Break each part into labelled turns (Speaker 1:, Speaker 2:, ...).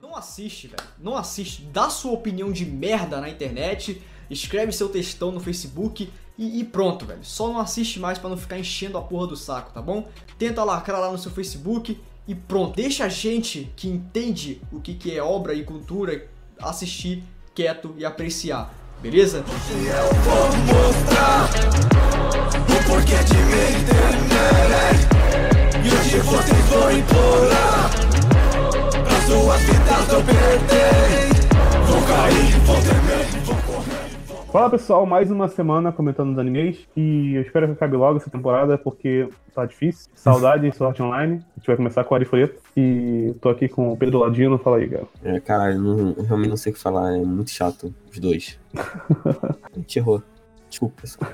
Speaker 1: não assiste, velho. Não assiste. Dá sua opinião de merda na internet, escreve seu textão no Facebook e, e pronto, velho. Só não assiste mais pra não ficar enchendo a porra do saco, tá bom? Tenta lacrar lá no seu Facebook e pronto. Deixa a gente que entende o que, que é obra e cultura assistir quieto e apreciar, beleza?
Speaker 2: E eu vou mostrar o porquê de me temerem E hoje vocês vão implorar Pra suas vidas eu perder Vou cair, vou temer, vou correr
Speaker 3: Fala pessoal, mais uma semana comentando os animes e eu espero que acabe logo essa temporada porque tá difícil. Saudade, sorte online. A gente vai começar com o Ari Folheto e tô aqui com o Pedro Ladino. Fala aí, cara.
Speaker 4: É, cara, eu, não- eu realmente não sei o que falar, é muito chato, os dois. A gente errou. Desculpa, pessoal.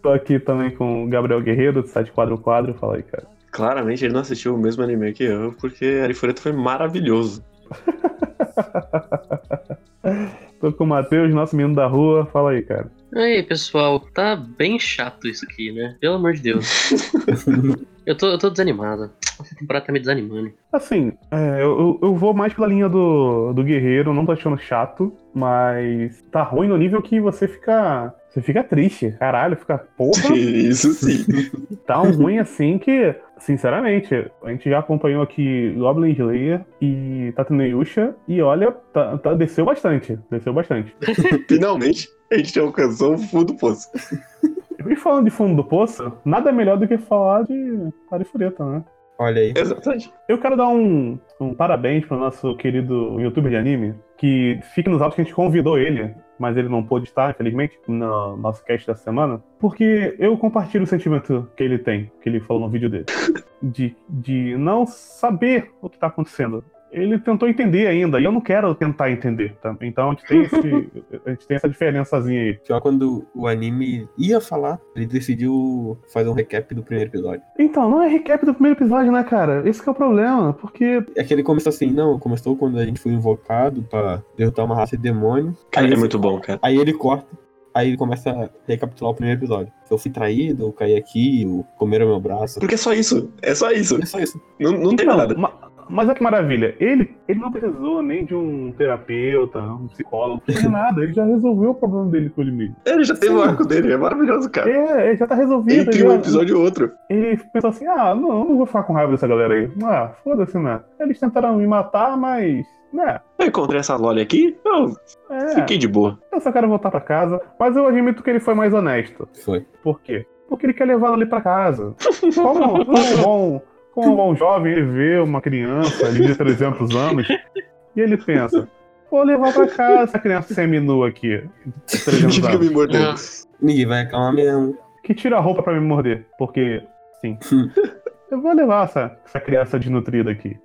Speaker 3: Tô aqui também com o Gabriel Guerreiro do site Quadro Quadro. Fala aí, cara.
Speaker 5: Claramente ele não assistiu o mesmo anime que eu, porque Arifureto foi maravilhoso.
Speaker 3: Tô com o Matheus, nosso menino da rua. Fala aí, cara.
Speaker 6: E aí, pessoal, tá bem chato isso aqui, né? Pelo amor de Deus. eu, tô, eu tô desanimado. Essa temporada tá me desanimando.
Speaker 3: Assim, é, eu, eu vou mais pela linha do, do Guerreiro, não tô achando chato, mas tá ruim no nível que você fica. Você fica triste, caralho, fica porra.
Speaker 5: Isso sim.
Speaker 3: Tá um ruim assim que, sinceramente, a gente já acompanhou aqui Goblin Slayer e Tatooine Yusha, e olha, tá, tá- desceu bastante, desceu bastante.
Speaker 5: Finalmente, a gente alcançou o fundo do poço.
Speaker 3: E falando de fundo do poço, nada melhor do que falar de Arifureta, né?
Speaker 4: Olha aí.
Speaker 5: Exatamente.
Speaker 3: Eu quero dar um, um parabéns pro nosso querido youtuber de anime, que fica nos autos que a gente convidou ele, mas ele não pôde estar, infelizmente, no nosso cast da semana, porque eu compartilho o sentimento que ele tem, que ele falou no vídeo dele, de, de não saber o que tá acontecendo. Ele tentou entender ainda, e eu não quero tentar entender, tá? Então a gente tem, esse- a gente tem essa diferençazinha aí.
Speaker 4: Pior é quando o anime ia falar, ele decidiu fazer um recap do primeiro episódio.
Speaker 3: Então, não é recap do primeiro episódio, né, cara? Esse que é o problema, porque
Speaker 4: É que ele começou assim, não, começou quando a gente foi invocado pra derrotar uma raça de demônio.
Speaker 5: Cara, é muito bom, cara.
Speaker 4: Aí ele corta, aí ele começa a recapitular o primeiro episódio. Eu fui traído, eu caí aqui, eu comeram meu braço.
Speaker 5: Porque é só isso. É só isso.
Speaker 4: É só isso.
Speaker 5: Não, não tem
Speaker 3: Então,
Speaker 5: mais nada.
Speaker 3: ma- mas olha que maravilha. Ele, ele não precisou nem de um terapeuta, um psicólogo, nem nada. Ele já resolveu o problema dele com ele mesmo.
Speaker 5: Ele já teve o arco dele, é maravilhoso, cara.
Speaker 3: É, ele já tá resolvido.
Speaker 5: Entre
Speaker 3: Ele,
Speaker 5: um
Speaker 3: já-
Speaker 5: episódio e outro.
Speaker 3: ele pensou assim: ah, não, não vou ficar com raiva dessa galera aí. Ah, foda-se, né? Eles tentaram me matar, mas. né?
Speaker 5: Eu encontrei essa Loli aqui, eu
Speaker 3: É,
Speaker 5: fiquei de boa.
Speaker 3: eu só quero voltar pra casa. Mas eu admito que ele foi mais honesto.
Speaker 4: Foi.
Speaker 3: Por quê? Porque ele quer levar ela ali pra casa. Como, como um bom, como um bom jovem, ele vê uma criança ali de 300 anos e ele pensa: vou levar pra casa essa criança seminua aqui, de 300
Speaker 5: Fica
Speaker 3: anos,
Speaker 5: me mordendo.
Speaker 4: Ninguém vai acalmar mesmo.
Speaker 3: que tira a roupa pra me morder, porque, sim. Eu vou levar essa, essa criança desnutrida aqui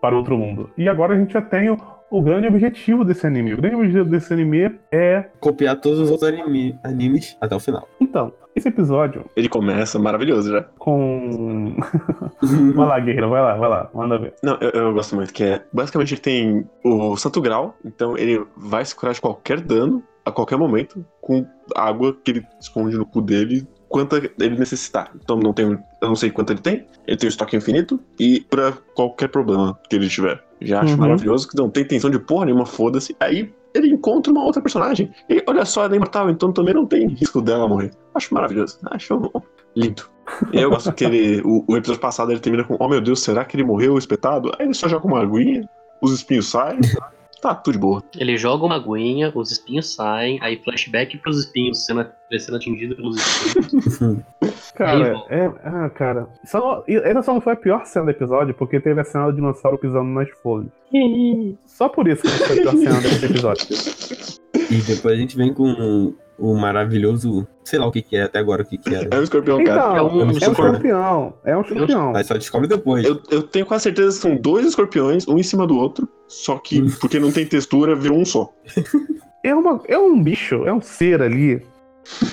Speaker 3: para outro mundo. E agora a gente já tem o, o grande objetivo desse anime. O grande objetivo desse anime é.
Speaker 4: Copiar todos os outros anime- animes até o final.
Speaker 3: Então, esse episódio
Speaker 5: Ele começa maravilhoso já.
Speaker 3: com. vai lá, guerreiro, vai lá, vai lá, manda ver.
Speaker 5: Não, eu, eu gosto muito, que é. Basicamente, ele tem o Santo Grau, então ele vai se curar de qualquer dano, a qualquer momento, com água que ele esconde no cu dele, quanta ele necessitar. Então não tem. Eu não sei quanto ele tem, ele tem um estoque infinito e pra qualquer problema que ele tiver. Já acho
Speaker 3: Uhum.
Speaker 5: maravilhoso que não tem intenção de porra nenhuma, foda-se. Aí ele encontra uma outra personagem. E olha só, ela é imatável, então também não tem risco dela morrer. Acho maravilhoso. Acho um- lindo. E eu gosto que ele. O, o episódio passado ele termina com: Oh meu Deus, será que ele morreu espetado? Aí ele só joga uma aguinha, os espinhos saem. Tá tudo de boa.
Speaker 6: Ele joga uma aguinha, os espinhos saem, aí flashback pros espinhos sendo, sendo atingido pelos espinhos.
Speaker 3: Cara,
Speaker 6: Aí,
Speaker 3: é. Ah, cara. Só, essa só não foi a pior cena do episódio, porque teve a cena do dinossauro pisando nas folhas. Só por isso que não foi a pior cena desse episódio.
Speaker 4: E depois a gente vem com o maravilhoso, sei lá o que que é até agora, o que que era.
Speaker 5: É um escorpião, cara.
Speaker 3: Então, é
Speaker 6: é um-
Speaker 3: um,
Speaker 4: é um
Speaker 3: campeão. É um campeão.
Speaker 4: Mas só descobre depois.
Speaker 5: Eu, eu tenho quase certeza que são dois escorpiões, um em cima do outro. Só que, porque não tem textura, virou um só.
Speaker 3: É, uma, é um bicho, é um ser ali.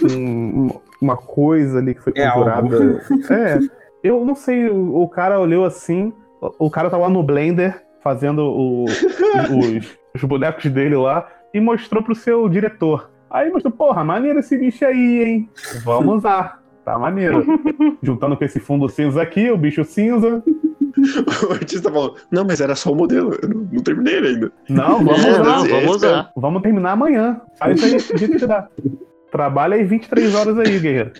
Speaker 3: um- um- uma coisa ali que foi
Speaker 4: É
Speaker 3: conjurada. É. Eu não sei, o, o cara olhou assim. O, o cara tava lá no Blender fazendo o- os, os bonecos dele lá e mostrou pro seu diretor. Aí mostrou, porra, maneiro esse bicho aí, hein? Vamos lá. Tá maneiro. Juntando com esse fundo cinza aqui, o bicho cinza.
Speaker 5: O artista falou: Não, mas era só o modelo, eu não, não terminei ele ainda.
Speaker 3: Não, vamos
Speaker 6: É,
Speaker 3: lá.
Speaker 6: não, vamos usar.
Speaker 3: Vamos terminar amanhã. Aí isso aí, do jeito que dá. Trabalha aí 23 horas aí, guerreiro.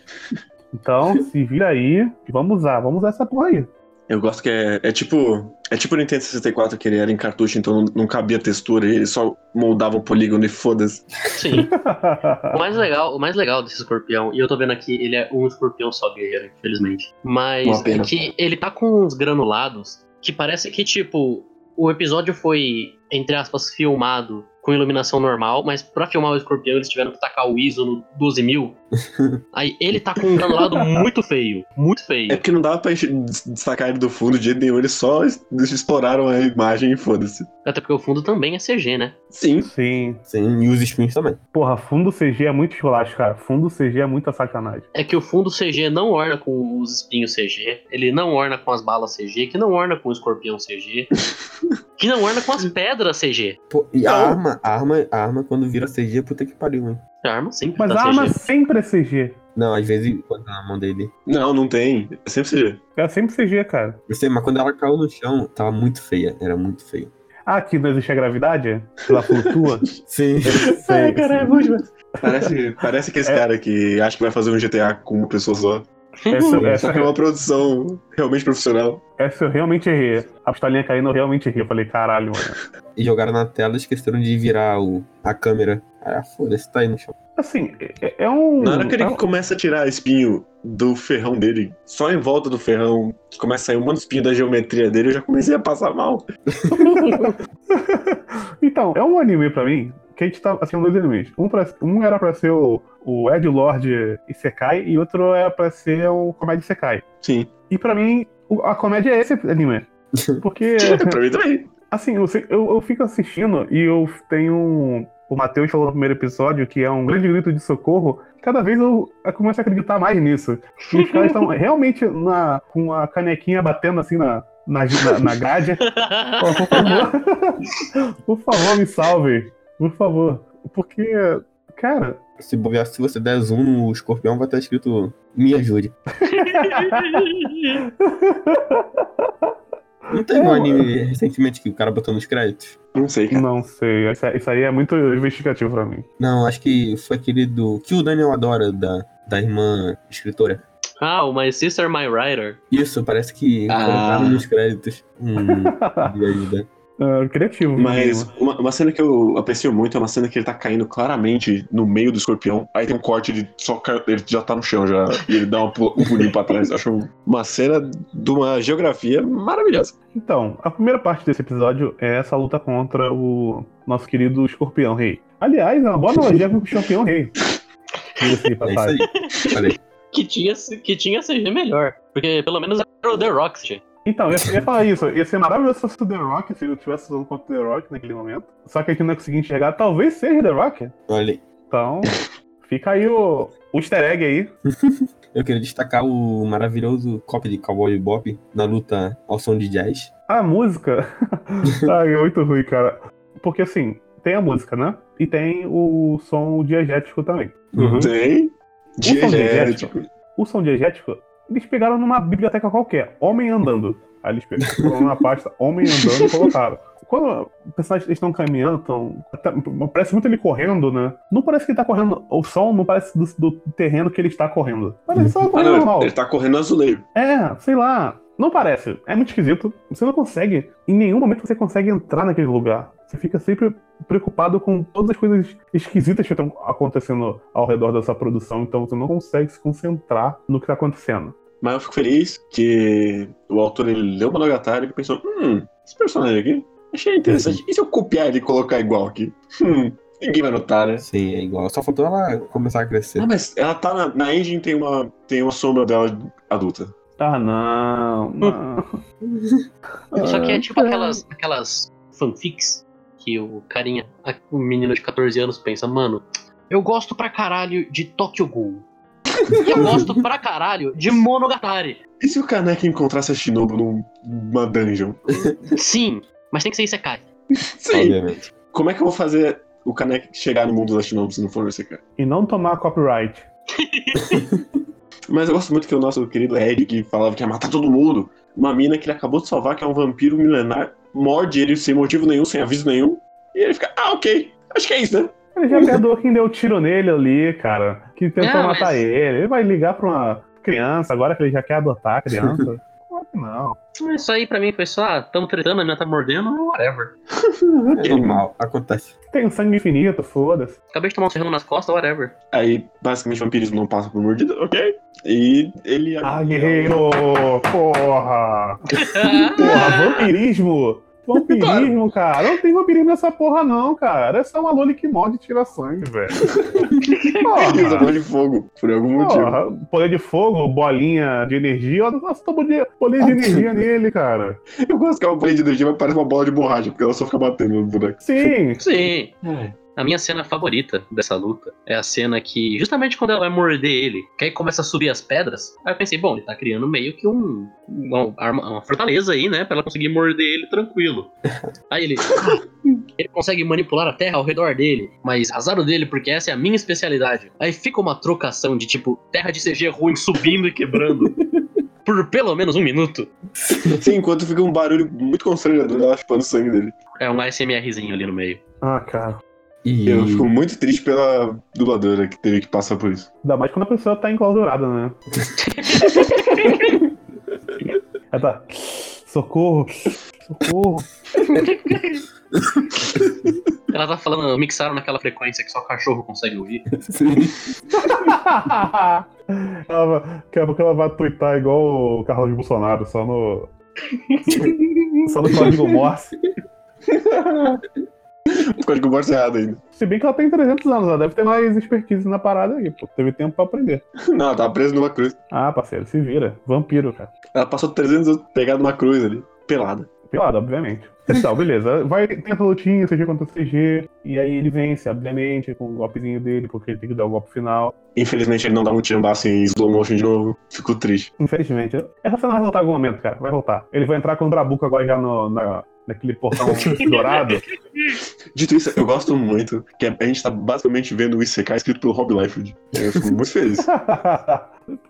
Speaker 3: Então, se vira aí, vamos usar, vamos usar essa porra aí.
Speaker 5: Eu gosto que é, é tipo. É tipo o Nintendo 64 que ele era em cartucho, então não, não cabia textura, ele só moldava o polígono e foda-se.
Speaker 6: Sim. O mais legal, o mais legal desse escorpião, e eu tô vendo aqui, ele é um escorpião só guerreiro, infelizmente.
Speaker 5: Uma
Speaker 6: Mas é
Speaker 5: pena.
Speaker 6: que ele tá com uns granulados que parece que, tipo, o episódio foi, entre aspas, filmado com iluminação normal, mas pra filmar o escorpião eles tiveram que tacar o ISO no 12 mil. Aí ele tá com um granulado muito feio, muito
Speaker 5: É
Speaker 6: feio.
Speaker 5: porque não dava pra enche- des- destacar ele do fundo de jeito nenhum, eles só es- exploraram a imagem e foda-se.
Speaker 6: Até porque o fundo também é CG, né?
Speaker 5: Sim,
Speaker 3: Sim.
Speaker 4: Sim, e os spins também.
Speaker 3: Porra, fundo CG é muito esculacho, cara. Fundo CG é muita sacanagem.
Speaker 6: É que o fundo CG não orna com os espinhos CG, ele não orna com as balas CG, que não orna com o escorpião CG, que não orna com as pedras CG.
Speaker 4: Pô, e
Speaker 5: Não.
Speaker 4: a arma, a arma, a arma quando vira CG, puta que pariu, hein?
Speaker 6: A arma sempre
Speaker 3: Mas
Speaker 6: tá
Speaker 3: a arma
Speaker 6: CG.
Speaker 3: sempre é CG.
Speaker 4: Não, às vezes quando tá na mão dele.
Speaker 5: não, não tem. É sempre CG.
Speaker 3: É sempre CG, cara.
Speaker 4: Eu sei, mas quando ela caiu no chão, tava muito feia. Era muito feio.
Speaker 3: Ah, aqui não existe a gravidade? Ela flutua? Sei,
Speaker 4: Sim.
Speaker 3: sim.
Speaker 5: bom demais. Parece, parece aquele cara que acha que vai fazer um GTA com uma pessoa só.
Speaker 3: Essa,
Speaker 5: Só
Speaker 3: essa,
Speaker 5: que é uma produção realmente profissional.
Speaker 3: essa eu realmente errei. A pistolinha caindo eu realmente errei. Eu falei, caralho, mano.
Speaker 4: E jogaram na tela e esqueceram de virar o, a câmera. Ah, foda-se, tá aí no chão.
Speaker 3: Assim, é, é um.
Speaker 5: Na hora que
Speaker 3: é
Speaker 5: ele
Speaker 3: um-
Speaker 5: começa a tirar espinho do ferrão dele, só em volta do ferrão, que começa a sair um monte de espinho da geometria dele, eu já comecei a passar mal.
Speaker 3: Então, é um anime pra mim que a gente tá assistindo dois animes. Um, pra- um era pra ser o, o Ed Lord Isekai e outro era pra ser o Comédia Isekai.
Speaker 5: Sim.
Speaker 3: E pra mim, o- a comédia é esse anime. Porque,
Speaker 5: pra mim também.
Speaker 3: assim, eu, sei- eu, eu fico assistindo e eu tenho. um- O Matheus falou no primeiro episódio que é um grande grito de socorro. Cada vez eu, eu começo a acreditar mais nisso. E os caras estão realmente na, com a canequinha batendo assim na, na, na, na grade. Ó, por favor. por favor, me salve. Por favor. Porque, cara.
Speaker 4: Se bobear, se você der zoom no escorpião, vai estar escrito Me ajude. Não tem um
Speaker 3: É,
Speaker 4: anime recentemente que o cara botou nos créditos?
Speaker 5: Não sei, cara.
Speaker 3: Não sei. Isso, isso aí é muito investigativo pra mim.
Speaker 4: Não, acho que foi aquele do. Que o Daniel adora, da, da irmã escritora.
Speaker 6: ah, o My Sister, My Rider.
Speaker 4: Isso, parece que
Speaker 5: Ah.
Speaker 4: colocaram nos créditos. Hum, me ajuda.
Speaker 3: É, criativo. no
Speaker 5: Mas
Speaker 3: mínimo.
Speaker 5: uma, uma cena que eu aprecio muito é uma cena que ele tá caindo claramente no meio do escorpião. Aí tem um corte, ele só cai- ele já tá no chão já. E ele dá um, pu- um pulinho pra trás. Eu acho uma cena de uma geografia maravilhosa.
Speaker 3: Então, a primeira parte desse episódio é essa luta contra o nosso querido escorpião rei. Aliás, é uma boa analogia com o escorpião rei. Diga-se de
Speaker 4: É isso
Speaker 3: passagem.
Speaker 4: aí. Falei.
Speaker 6: Que tinha, que tinha CG melhor. Porque pelo menos era o The Rock, gente.
Speaker 3: Então, eu ia falar isso. Ia ser maravilhoso se fosse o The Rock, se ele tivesse usando contra o The Rock naquele momento. Só que a gente não ia conseguir enxergar. Talvez seja The Rock.
Speaker 4: Olha aí.
Speaker 3: Então, fica aí o, o easter egg aí.
Speaker 4: Eu queria destacar o maravilhoso copy de Cowboy Bop na luta ao som de jazz.
Speaker 3: A música. Ai, é muito ruim, cara. Porque assim, tem a música, né? E tem o som diegético também.
Speaker 4: Uhum.
Speaker 5: Tem.
Speaker 3: diegético.
Speaker 5: Diegético.
Speaker 3: O som diegético, eles pegaram numa biblioteca qualquer, homem andando. Aí eles pegaram na pasta homem andando e colocaram. Quando os personagens estão caminhando, tão, tá- parece muito ele correndo, né? Não parece que ele tá correndo, o som não parece do, do terreno que ele está correndo. Parece só
Speaker 5: Ah,
Speaker 3: correndo normal.
Speaker 5: não, ele tá correndo no azuleiro.
Speaker 3: É, sei lá. Não parece. É muito esquisito. Você não consegue. Em nenhum momento você consegue entrar naquele lugar. Você fica sempre preocupado com todas as coisas esquisitas que estão acontecendo ao redor dessa produção. Então você não consegue se concentrar no que tá acontecendo.
Speaker 5: Mas eu fico feliz que o autor ele leu Monogatari e pensou: hum, esse personagem aqui, achei interessante. E se eu copiar ele e colocar igual aqui? Hum, ninguém vai notar, né?
Speaker 4: Sim, é igual. Só faltou ela começar a crescer.
Speaker 5: Ah, mas ela tá na, na engine, tem uma, tem uma sombra dela adulta.
Speaker 3: Ah, não. não.
Speaker 6: Só que é tipo aquelas, aquelas fanfics que o carinha, a- o menino de 14 anos pensa, mano, eu gosto pra caralho de Tokyo Ghoul. E eu gosto pra caralho de Monogatari.
Speaker 5: E se o Kaneki encontrasse a Shinobu num- numa dungeon?
Speaker 6: Sim, mas tem que ser Isekai.
Speaker 5: Sim.
Speaker 4: Obviamente.
Speaker 5: Como é que eu vou fazer o Kaneki chegar no mundo da Shinobu se não for esse cara?
Speaker 3: E não tomar copyright.
Speaker 5: Mas eu gosto muito que o nosso querido Ed, que falava que ia matar todo mundo, uma mina que ele acabou de salvar, que é um vampiro milenar, morde ele sem motivo nenhum, sem aviso nenhum, e ele fica, ah, ok, acho que é isso, né?
Speaker 3: Ele já perdoou quem deu tiro nele ali, cara. Que tentou
Speaker 6: Não,
Speaker 3: matar
Speaker 6: mas-
Speaker 3: ele. Ele vai ligar pra uma criança agora que ele já quer adotar a criança. Claro que não.
Speaker 6: Isso aí pra mim foi só, ah, tamo tretando, a mina tá mordendo, whatever.
Speaker 4: É normal, acontece.
Speaker 3: Tem sangue infinito, foda-se.
Speaker 6: Acabei de tomar um serrão nas costas, whatever.
Speaker 5: Aí, basicamente, vampirismo não passa por mordida, ok? E ele... é um
Speaker 3: Ah, guerreiro! Porra! Porra, vampirismo! Vampirismo, cara. Não tem vampirismo nessa porra, não, cara. É só uma loli que morde e tira sangue, velho.
Speaker 5: Ele
Speaker 3: Porra.
Speaker 5: usa bola de fogo, por algum motivo.
Speaker 3: Porra, poder de fogo, bolinha de energia. Olha, nossa, tomou de- poder de energia nele, cara.
Speaker 5: Eu gosto que é uma bolinha de energia, mas parece uma bola de borracha, porque ela só fica batendo no boneco.
Speaker 3: Sim,
Speaker 6: Sim.
Speaker 5: É.
Speaker 6: A minha cena favorita dessa luta é a cena que, justamente quando ela vai morder ele, que aí começa a subir as pedras, aí eu pensei, bom, ele tá criando meio que um, uma, arma- uma fortaleza aí, né, pra ela conseguir morder ele tranquilo. Aí ele. ele consegue manipular a terra ao redor dele, mas azar o dele, porque essa é a minha especialidade. Aí fica uma trocação de tipo, terra de CG ruim subindo e quebrando. Por pelo menos um minuto.
Speaker 5: Sim, enquanto fica um barulho muito constrangedor, ela chupando o sangue dele.
Speaker 6: É um ASMRzinho ali no meio.
Speaker 3: Ah, cara.
Speaker 4: E
Speaker 5: Eu fico muito triste pela dubladora que teve que passar por isso.
Speaker 3: Ainda mais quando a pessoa tá enclausurada, né? Ela tá. Socorro! Socorro!
Speaker 6: Ela tá falando, mixaram naquela frequência que só cachorro consegue ouvir.
Speaker 3: ela, vai- daqui a pouco ela vai twittar igual o Carlos Bolsonaro, só no. só no código Morse.
Speaker 5: Ficou de conversa errada ainda.
Speaker 3: Se bem que ela tem 300 anos, ela deve ter mais expertise na parada aí, pô. Teve tempo pra aprender.
Speaker 5: Não, ela tava presa numa cruz.
Speaker 3: Ah, parceiro, se vira. Vampiro, cara.
Speaker 5: Ela passou 300 anos pegada numa cruz ali, pelada.
Speaker 3: Pelado, obviamente. Então, beleza. Vai, tenta lutinha, CG contra CG. E aí ele vence, obviamente, com o golpezinho dele, porque ele tem que dar o golpe final.
Speaker 5: Infelizmente ele não dá um tirambaço em slow motion de novo. Fico triste.
Speaker 3: Infelizmente. Essa cena vai voltar em algum momento, cara. Vai voltar. Ele vai entrar com o Drabuco agora já no, na, naquele portão dourado.
Speaker 5: Dito isso, eu gosto muito que a gente tá basicamente vendo o ICK escrito pelo Rob Liefeld. Eu fico muito feliz.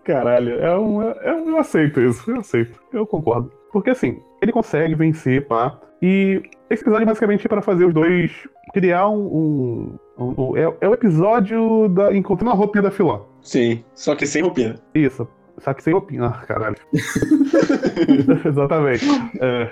Speaker 3: Caralho, é um, é um- eu aceito isso, eu aceito, eu concordo. Porque assim, ele consegue vencer, pá. E esse episódio basicamente é pra fazer os dois criar um. um- um- é, é o episódio da. Encontrando a roupinha da Filó.
Speaker 5: Sim, só que sem roupinha.
Speaker 3: Isso. Só que sem opinar, caralho. Exatamente. É.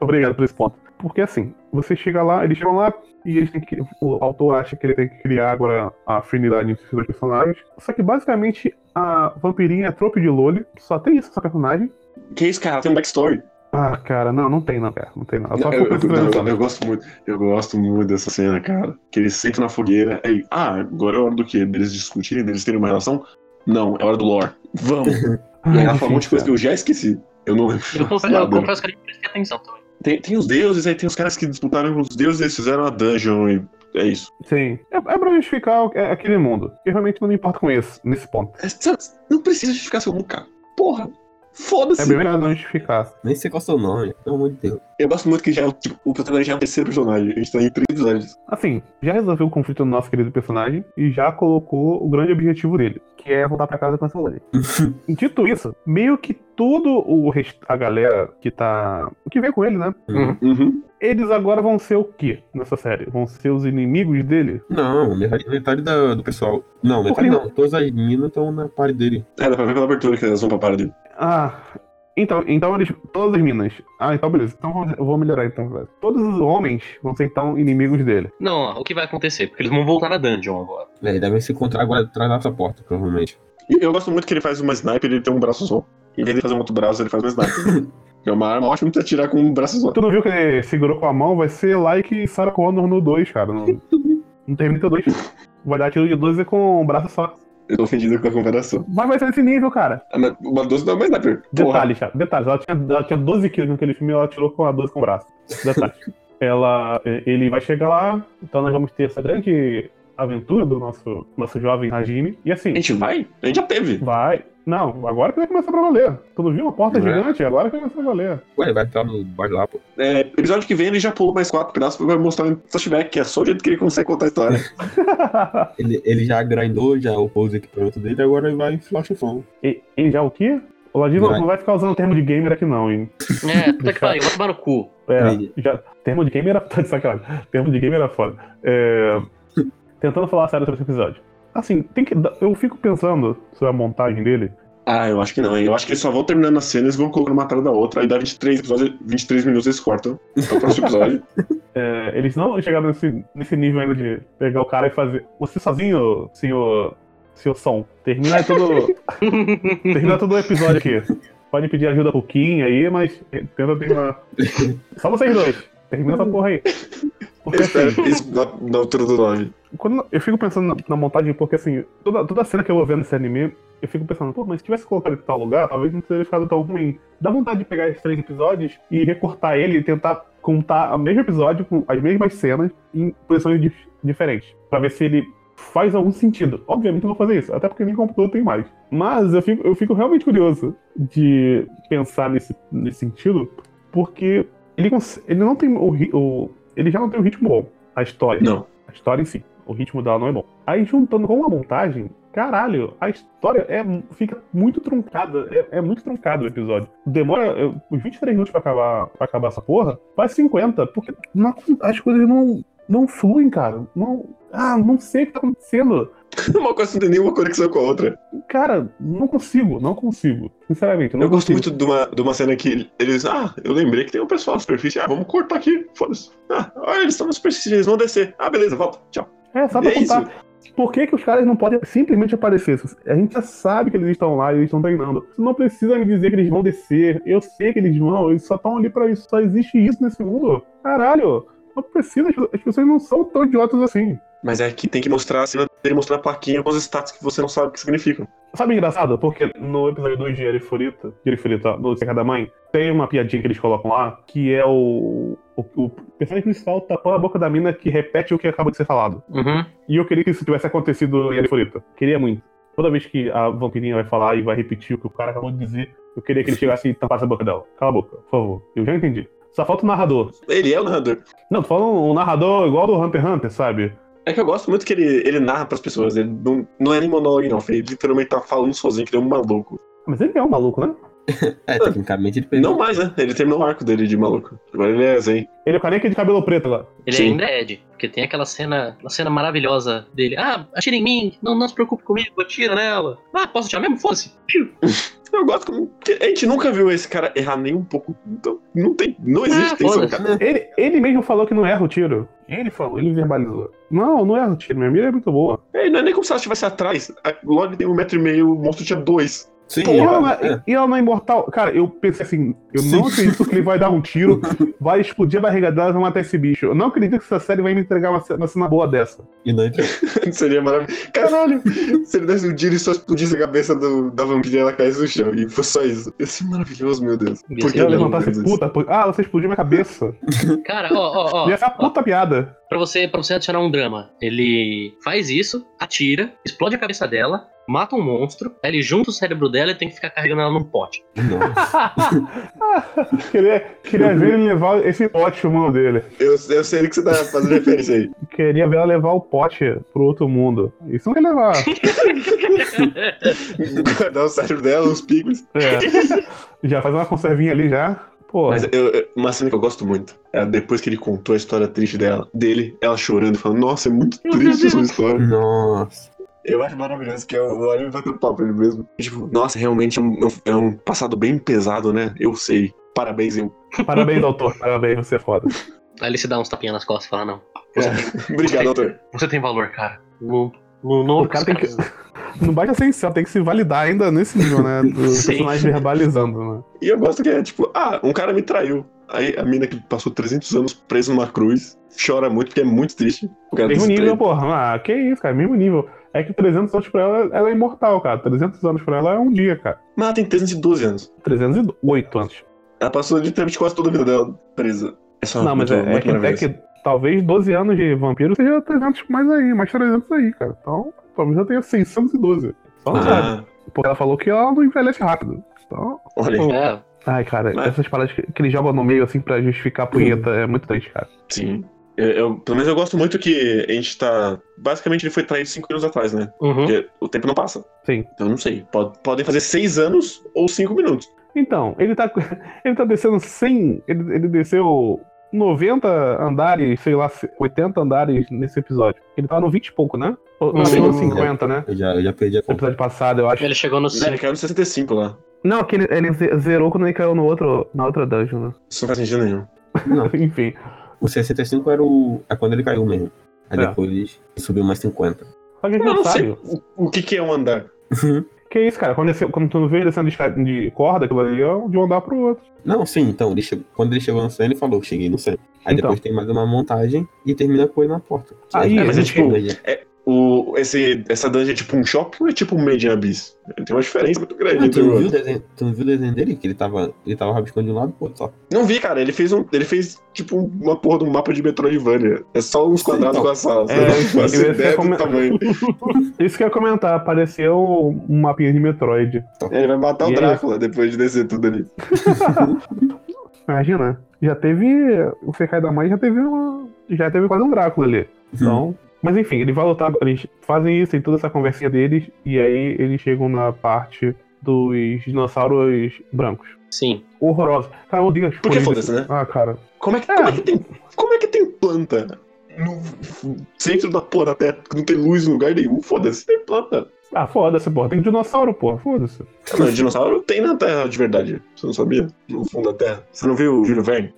Speaker 3: Obrigado por esse ponto. Porque assim, você chega lá, eles chegam lá e eles têm que. O autor acha que ele tem que criar agora a afinidade entre esses dois personagens. Só que basicamente a vampirinha é trope de Loli. Só tem isso essa personagem.
Speaker 5: Que isso, cara? Ela Tem um backstory.
Speaker 3: Ah, cara, não, não tem não, cara. Não tem não. Eu só
Speaker 5: Eu,
Speaker 3: comprei
Speaker 5: eu-
Speaker 3: essa
Speaker 5: não,
Speaker 3: transmissão.
Speaker 5: eu gosto muito, eu gosto muito dessa cena, cara. Que eles sentam na fogueira aí, ah, agora é hora do quê? Deles discutirem, deles terem uma relação? Não, é hora do lore. Vamos. E aí
Speaker 3: Ai, é
Speaker 5: ela fala um monte de coisa que
Speaker 3: gente,
Speaker 5: eu já esqueci. Eu não lembro.
Speaker 6: Eu confesso, eu
Speaker 5: nada.
Speaker 6: confesso que eu nem prestei atenção também.
Speaker 5: Tem, tem os deuses, aí tem os caras que disputaram com os deuses, eles fizeram a dungeon e é isso.
Speaker 3: Sim. É, é pra justificar o- é, aquele mundo. Eu realmente não me importo com isso, nesse ponto.
Speaker 5: É, sabe, Não precisa justificar seu mundo, cara. Porra, foda-se.
Speaker 3: É bem melhor não justificar.
Speaker 4: nem sei qual é o seu nome, pelo amor de Deus.
Speaker 5: Eu gosto muito que já é o- tipo, o protagonista já é o terceiro personagem. A gente tá em três episódios.
Speaker 3: Assim, já resolveu o conflito do nosso querido personagem e já colocou o grande objetivo dele, que é voltar pra casa com essa mulher. Dito isso, meio que todo o rest... a galera que tá. o que veio com ele, né?
Speaker 5: Uhum.
Speaker 3: Eles agora vão ser o quê nessa série? Vão ser os inimigos dele?
Speaker 4: Não, metade, metade da- do pessoal. Não, metade
Speaker 3: Porra,
Speaker 4: não. Todas as minas estão na parte dele.
Speaker 5: É, dá pra ver pela abertura que eles vão pra parada dele.
Speaker 3: Ah. Então, então eles. Todas as minas. Ah, então beleza. Então vamos- eu vou melhorar então, velho. Todos os homens vão ser então inimigos dele.
Speaker 6: Não, ó, o que vai acontecer? Porque eles vão voltar na dungeon agora.
Speaker 4: É, devem se encontrar agora atrás da nossa porta, provavelmente.
Speaker 5: E eu gosto muito que ele faz uma sniper e ele tem um braço só. Em vez de fazer um outro braço, ele faz uma sniper. é uma arma ótima pra atirar com um braço só.
Speaker 3: Tu não viu que ele segurou com a mão? Vai ser like Sarah Connor no 2, cara. No, no Terminator 2. Vai dar tiro de 12 com o braço só.
Speaker 5: Eu tô ofendido com a comparação.
Speaker 3: Mas vai ser nesse nível, cara.
Speaker 5: Ah, mas Uma 12 não é uma sniper. Porra.
Speaker 3: Detalhes, cara. Detalhes. Ela tinha, ela tinha 12 quilos naquele filme e ela tirou com a 12 com o braço. Detalhes. ela, ele vai chegar lá, então nós vamos ter essa grande aventura do nosso, nosso jovem Hajime. E assim,
Speaker 5: A gente vai? A gente já teve.
Speaker 3: vai. Não, agora que vai começar pra valer. Tu não viu uma porta
Speaker 4: Não é?
Speaker 3: gigante? Agora que vai começar pra valer.
Speaker 4: Ué, vai estar no bar lá, pô.
Speaker 5: É, episódio que vem ele já pulou mais quatro pedaços pra mostrar um flashback, que é só o jeito que ele consegue contar a história.
Speaker 4: Ele, ele já grindou, já o pose equipamento dele, agora ele vai em Flash Phone.
Speaker 3: E- ele já o quê? O Ladino
Speaker 4: Vai.
Speaker 3: não vai ficar usando o termo de gamer aqui, não, hein?
Speaker 6: É, puta que pariu, vai tomar no cu.
Speaker 4: Entendi.
Speaker 3: É, já, termo de gamer era tá de sacanagem. Termo de gamer era foda. É, tentando falar sério sobre esse episódio. Assim, tem que. dar- Eu fico pensando sobre a montagem dele.
Speaker 5: Ah, eu acho que não, hein? Eu acho que eles só vão terminando as cenas e vão colocando uma atrás da outra. Aí dá 23, episódios, 23 minutos eles cortam. É o próximo episódio.
Speaker 3: É, eles não chegaram nesse, nesse nível ainda de pegar o cara e fazer. Você sozinho, senhor. Senhor som. Termina aí todo. termina todo o episódio aqui. Pode pedir ajuda pro Kim aí, mas tenta terminar. Só vocês dois. Termina essa porra aí. Porque
Speaker 5: Eles
Speaker 3: assim.
Speaker 5: pegam isso na, na altura do nome.
Speaker 3: quando eu fico pensando na, na montagem, porque assim, toda, toda cena que eu vou vendo nesse anime, eu fico pensando, pô, mas se tivesse colocado em tal lugar, talvez não teria ficado tão ruim. Dá vontade de pegar esses três episódios e recortar ele e tentar contar o mesmo episódio com as mesmas cenas em posições dif- diferentes, Pra ver se ele faz algum sentido. Obviamente eu vou fazer isso, até porque nem computador tem mais. Mas eu fico, eu fico realmente curioso de pensar nesse, nesse sentido, porque ele, cons- ele não tem o, ri- o ele já não tem um ritmo bom, a história.
Speaker 5: Não.
Speaker 3: A história em si. O ritmo dela não é bom. Aí juntando com a montagem, caralho, a história é, fica muito truncada. É, é muito truncado o episódio. Demora é, uns 23 minutos pra acabar, pra acabar essa porra, faz 50, porque não acon- as coisas não, não fluem, cara. Não, ah, não sei o que tá acontecendo.
Speaker 5: Uma coisa não tem nenhuma conexão com a outra.
Speaker 3: Cara, não consigo, não consigo. Sinceramente, não
Speaker 5: Eu gosto
Speaker 3: consigo.
Speaker 5: muito de uma, de uma cena que eles. Ah, eu lembrei que tem um pessoal na superfície. Ah, vamos cortar aqui. Foda-se. Ah, olha, eles estão na superfície, eles vão descer. Ah, beleza, volta. Tchau.
Speaker 3: É, só pra
Speaker 5: É
Speaker 3: contar. Por que, que os caras não podem simplesmente aparecer? A gente já sabe que eles estão lá, eles estão treinando. Você não precisa me dizer que eles vão descer. Eu sei que eles vão, eles só estão ali pra isso. Só existe isso nesse mundo. Caralho, não precisa. as- As pessoas não são tão idiotas assim.
Speaker 5: Mas é que tem que mostrar a cena dele mostrar a plaquinha com os status que você não sabe o que significam.
Speaker 3: Sabe engraçado? Porque no episódio 2 de Erifurita, de Erifurita, no Cerca da Mãe, tem uma piadinha que eles colocam lá, que é o, o, o personagem principal tapando a boca da mina que repete o que acabou de ser falado.
Speaker 6: Uhum.
Speaker 3: E eu queria que isso tivesse acontecido em Arifureta. Queria muito. Toda vez que a vampirinha vai falar e vai repetir o que o cara acabou de dizer, eu queria que ele chegasse e tampasse a boca dela. Cala a boca, por favor. Eu já entendi. Só falta o narrador.
Speaker 5: Ele é o narrador.
Speaker 3: Não, tô falando um narrador igual do Hunter x Hunter, sabe?
Speaker 5: É que eu gosto muito que ele, ele narra pras pessoas. Ele não, não é nem monólogo, não. Ele literalmente tá falando sozinho, que nem um maluco.
Speaker 3: Mas ele é um maluco, né?
Speaker 4: É, tecnicamente ele pegou.
Speaker 5: Ah, Não mais, né? Ele terminou o arco dele de maluco. Agora ele é zen.
Speaker 3: Ele é o careca de cabelo preto agora.
Speaker 6: Ele
Speaker 5: Sim.
Speaker 6: ainda é Ed, porque tem aquela cena, aquela cena maravilhosa dele. Ah, atira em mim, não, não se preocupe comigo, atira nela. Ah, posso atirar mesmo? Foda-se. Piu.
Speaker 5: Eu gosto como- que a gente nunca viu esse cara errar nem um pouco. Então, não tem. Não existe
Speaker 6: Ah,
Speaker 5: tensão,
Speaker 6: foda-se.
Speaker 5: cara.
Speaker 3: Ele, ele mesmo falou que não erra o tiro. Ele falou, ele verbalizou. Não, não erra o tiro. Minha mira é muito boa.
Speaker 5: É, não é nem como se ela estivesse atrás. A- O Log tem um metro e meio, o monstro tinha dois.
Speaker 4: Sim,
Speaker 3: E ela, não
Speaker 4: é.
Speaker 3: é, e ela não é imortal. Cara, eu pensei assim, eu
Speaker 4: Sim.
Speaker 3: não acredito que ele vai dar um tiro, vai explodir a barriga dela e vai matar esse bicho. Eu não acredito que essa série vai me entregar uma, ce- uma cena boa dessa.
Speaker 4: E não entrou.
Speaker 5: Seria maravilhoso. Caralho! se ele desse um tiro e só explodisse a cabeça do- da vampira, ela caísse no chão. E foi só isso. Ia ser maravilhoso, meu Deus.
Speaker 6: Ia ser
Speaker 5: Por
Speaker 3: E
Speaker 5: que
Speaker 3: ela
Speaker 5: não,
Speaker 3: levantasse
Speaker 5: meu Deus?
Speaker 3: puta, por- ah, você explodiu minha cabeça.
Speaker 6: Cara, ó, ó, ó.
Speaker 3: Ia ser uma
Speaker 6: ó.
Speaker 3: puta piada.
Speaker 6: Pra você, pra você adicionar um drama, ele faz isso, atira, explode a cabeça dela, mata um monstro, aí ele junta o cérebro dela e tem que ficar carregando ela num pote.
Speaker 4: Não.
Speaker 3: Queria, queria ver ele levar esse pote humano dele.
Speaker 5: Eu, eu sei que você tá fazendo referência aí.
Speaker 3: Queria ver ela levar o pote pro outro mundo. Isso não quer levar.
Speaker 5: Guardar o um cérebro dela, os picos.
Speaker 3: É. Já faz uma conservinha ali já. Pô,
Speaker 5: Mas é- eu- eu- uma cena que eu gosto muito é depois que ele contou a história triste dela, dele, ela chorando, falando, nossa, é muito
Speaker 6: Meu
Speaker 5: triste
Speaker 6: Deus.
Speaker 5: essa história.
Speaker 4: Nossa.
Speaker 5: Eu acho maravilhoso que é o o anime vai pro papo ele mesmo. Tipo, nossa, realmente é um, é um- é um passado bem pesado, né? Eu sei. Parabéns, eu.
Speaker 3: parabéns, doutor. Parabéns, você é foda.
Speaker 6: Aí ele se dá uns tapinhas nas costas e fala, não, você,
Speaker 5: É.
Speaker 6: tem,
Speaker 5: Obrigado, doutor.
Speaker 6: você tem valor, cara. Não, não, não
Speaker 3: O cara tem que- Não basta ser incel, tem que se validar ainda nesse nível, né? Do
Speaker 6: Sim.
Speaker 3: personagem verbalizando, né?
Speaker 5: E eu gosto que é tipo, ah, um cara me traiu. Aí a mina que passou 300 anos presa numa cruz chora muito porque é muito triste. O cara tá
Speaker 3: Mesmo
Speaker 5: desespera.
Speaker 3: nível, porra. Ah, que isso, cara. Mesmo nível. É que 300 anos pra ela, ela é imortal, cara. 300 anos pra ela é um dia, cara.
Speaker 5: Mas ela tem 312 anos.
Speaker 3: 308 anos.
Speaker 5: Ela passou literalmente quase toda a vida dela presa. É só
Speaker 3: Não, mas
Speaker 5: muito,
Speaker 3: é, é
Speaker 5: muito
Speaker 3: que, é
Speaker 5: maravilhoso.
Speaker 3: que talvez 12 anos de vampiro seja 300 mais aí, mais 300 aí, cara. Então, talvez eu tenha 612. Só não sabe.
Speaker 5: Ah,
Speaker 3: Porque ela falou que ela não envelhece rápido. Então.
Speaker 5: olha, aí.
Speaker 6: É,
Speaker 3: Ai, cara,
Speaker 5: Mas-
Speaker 3: essas paradas que, que ele joga no meio assim pra justificar a punheta é muito triste, cara.
Speaker 5: sim. Uhum. Eu, eu- pelo menos eu gosto muito que a gente tá. Basicamente ele foi traído cinco anos atrás, né?
Speaker 6: Uhum.
Speaker 5: Porque o tempo não passa.
Speaker 3: Sim.
Speaker 5: Então eu não sei. Pode- podem fazer seis anos ou cinco minutos.
Speaker 3: Então, ele tá, ele tá descendo 100. Ele, ele desceu 90 andares, sei lá, 80 andares nesse episódio. Ele tá no 20 e pouco, né? Ou
Speaker 6: Hum.
Speaker 3: não, chegou no 50, né?
Speaker 4: Eu já, eu já perdi a
Speaker 3: No
Speaker 4: conta.
Speaker 3: episódio passado, eu acho.
Speaker 6: Ele chegou no
Speaker 5: Né? Ele
Speaker 6: cinco.
Speaker 5: caiu no 65 lá.
Speaker 3: Não, que ele, ele ze- zerou quando ele caiu no outro, na outra dungeon, né?
Speaker 5: Isso não faz sentido nenhum.
Speaker 4: Não,
Speaker 3: Enfim.
Speaker 4: o 65 era o. É quando ele caiu mesmo. Aí
Speaker 3: É.
Speaker 4: depois subiu mais 50.
Speaker 3: Só que a gente
Speaker 5: Eu
Speaker 3: não
Speaker 5: não
Speaker 3: sabe.
Speaker 5: sei o, o que, que é um andar.
Speaker 3: Que é isso, cara? Quando, desceu- quando tu não vê ele descendo de, escada- de corda, aquilo ali é de um andar pro outro.
Speaker 4: Não, sim, então, ele chegou- quando ele chegou no 100, ele falou, cheguei no 100. Aí
Speaker 3: Então.
Speaker 4: depois tem mais uma montagem e termina com ele na porta.
Speaker 3: Aí,
Speaker 5: mas é tipo-
Speaker 4: Aí,
Speaker 5: O, esse, essa dungeon é tipo um shopping ou é tipo um Made in Abyss? Tem uma diferença muito grande.
Speaker 4: Ah,
Speaker 5: Então,
Speaker 4: tu,
Speaker 5: entre
Speaker 4: não
Speaker 5: o
Speaker 4: viu o
Speaker 5: outro.
Speaker 4: desenho, tu não viu o desenho dele? Que ele tava, ele tava rabiscando de um lado pro outro, só.
Speaker 5: Não vi, cara. Ele fez, um, ele fez tipo uma porra de um mapa de Metroidvania. É só uns quadrados
Speaker 4: Então,
Speaker 5: com a sala.
Speaker 3: é,
Speaker 5: sabe? Não faço
Speaker 3: eu ia
Speaker 5: ideia do
Speaker 3: recomendar-
Speaker 5: tamanho.
Speaker 3: Isso que eu ia comentar, apareceu um mapinha de Metroid.
Speaker 5: Ele vai matar
Speaker 3: E
Speaker 5: o
Speaker 3: aí?
Speaker 5: Drácula depois de descer tudo ali.
Speaker 3: Imagina. Já teve. O Sekai da Mãe já teve uma. Já teve quase um Drácula ali. Então. Mas enfim, ele vai lutar. Eles fazem isso, tem toda essa conversinha deles, e aí eles chegam na parte dos dinossauros brancos.
Speaker 6: Sim.
Speaker 3: Horrorosa. Cara, eu odeio as
Speaker 5: Porque
Speaker 3: cores
Speaker 5: foda-se,
Speaker 3: desse-
Speaker 5: né?
Speaker 3: Ah, cara.
Speaker 5: Como é que,
Speaker 3: É.
Speaker 5: como é que tem. Como é que tem planta no centro da porra da terra, que não tem luz em lugar nenhum? Foda-se, tem planta.
Speaker 3: Ah, foda-se, porra. Tem dinossauro, porra. Foda-se.
Speaker 5: Não, dinossauro tem na terra de verdade. Você não sabia? No fundo da terra. Você não viu o Júlio Verne?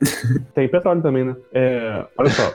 Speaker 3: Tem petróleo também, né? É, olha só.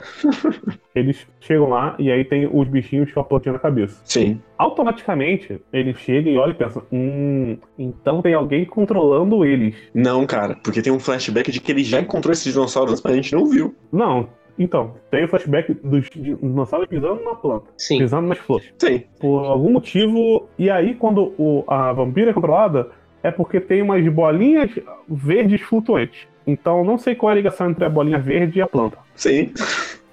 Speaker 3: eles chegam lá e aí tem os bichinhos com a plantinha na cabeça.
Speaker 5: Sim.
Speaker 3: Automaticamente, ele chega e olha e pensa: hum, então tem alguém controlando eles.
Speaker 5: Não, cara, porque tem um flashback de que ele já encontrou esses dinossauros antes, mas a gente não viu.
Speaker 3: Não, então, tem o flashback dos dinossauros pisando na planta,
Speaker 6: Sim.
Speaker 3: pisando nas flores.
Speaker 5: Sim.
Speaker 3: Por algum motivo, e aí quando o- a vampira é controlada, é porque tem umas bolinhas verdes flutuantes. Então, não sei qual é a ligação entre a bolinha verde e a planta.
Speaker 5: Sim.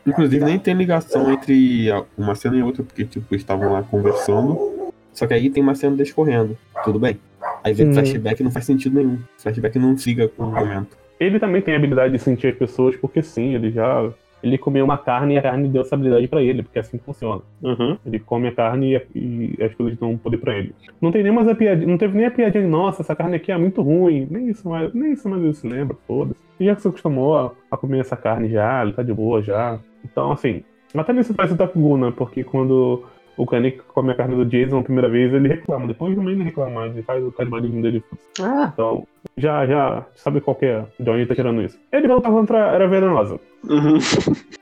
Speaker 4: Inclusive, nem tem ligação entre a- uma cena e outra, porque, tipo, eles estavam lá conversando. Só que aí tem uma cena descorrendo. Tudo bem. Aí vem
Speaker 3: Hum.
Speaker 4: flashback não faz sentido nenhum. Flashback não se liga com o momento.
Speaker 3: Ele também tem a habilidade de sentir as pessoas, porque sim, ele já. Ele comeu uma carne e a carne deu essa habilidade pra ele, porque assim funciona.
Speaker 6: Uhum.
Speaker 3: Ele come a carne e, a- e as coisas dão um poder pra ele. Não tem nem mais a piadinha, não teve nem a piadinha, nossa, essa carne aqui é muito ruim, nem isso mais, nem isso mais ele se lembra, foda-se. E já que se acostumou a, a comer essa carne já, ele tá de boa já. Então, assim, até nisso parece o Takugu, né? Porque quando o Kanek come a carne do Jason a primeira vez, ele reclama, depois também não reclama, ele faz o canibalismo dele
Speaker 6: Ah,
Speaker 3: então, já, já sabe qual que é, de onde ele tá tirando isso. Ele vai lutar contra a Era Venenosa.
Speaker 5: Uhum.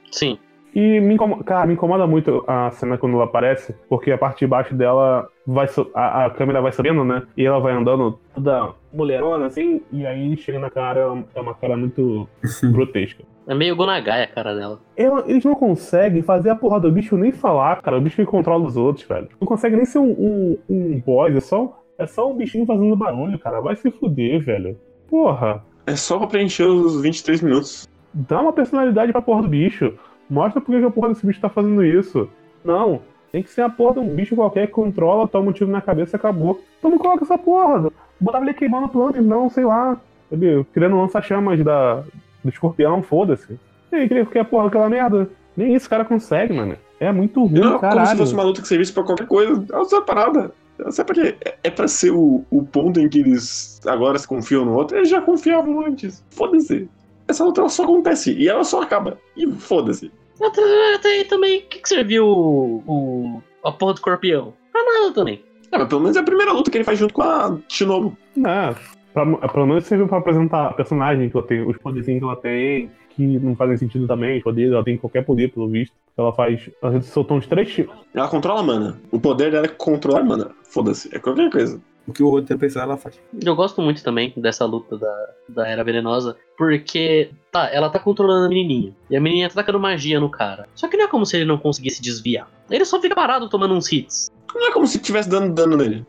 Speaker 6: sim.
Speaker 3: E me incomoda, cara, me incomoda muito a cena quando ela aparece, porque a parte de baixo dela vai su- a, a câmera vai subindo, né? E ela vai andando toda mulherona assim, e aí chega na cara, ela- é uma cara muito grotesca.
Speaker 6: É meio Gonagai a cara dela.
Speaker 3: Ela- eles não conseguem fazer a porra do bicho nem falar, cara. O bicho que controla os outros, velho. Não consegue nem ser um, um, um boss, é só, é só um bichinho fazendo barulho, cara. Vai se fuder, velho. Porra.
Speaker 5: É só pra preencher os 23 minutos.
Speaker 3: Dá uma personalidade pra porra do bicho. Mostra por que que a porra desse bicho tá fazendo isso. Não. Tem que ser a porra de um bicho qualquer que controla, toma um tiro na cabeça e acabou. Então não coloca essa porra. Botava ele queimando plantas, não, sei lá. Sabe? Criando lança-chamas da... do escorpião, foda-se. E aí, queria qualquer porra, aquela merda. Nem isso o cara consegue, mano. É muito ruim,
Speaker 5: Não, é como se
Speaker 3: caralho.
Speaker 5: fosse uma luta que servisse pra qualquer coisa. É outra parada. Sabe pra quê? É- É pra ser o, o ponto em que eles agora se confiam no outro. Eles já confiavam antes. Foda-se. Essa luta ela só acontece e ela só acaba. E foda-se.
Speaker 6: Até, até aí também, o que, que serviu o, o- a porra do escorpião? Pra nada também.
Speaker 5: Ah, mas pelo menos é a primeira luta que ele faz junto com a Shinobu.
Speaker 3: É, pra, pelo menos serviu pra apresentar a personagem que ela tem, os poderzinhos que ela tem, que não fazem sentido também, os poderes, ela tem qualquer poder, pelo visto. Ela faz. Ela soltou uns três tiros.
Speaker 5: Ela controla a mana. O poder dela é controlar a mana. Foda-se. É qualquer coisa.
Speaker 4: O que o roteiro pensar, ela faz.
Speaker 6: Eu gosto muito também dessa luta da, da Era Venenosa, porque, tá, ela tá controlando a menininha. E a menininha tá tacando magia no cara. Só que não é como se ele não conseguisse desviar. Ele só fica parado tomando uns hits.
Speaker 5: Não é como se estivesse dando dano nele.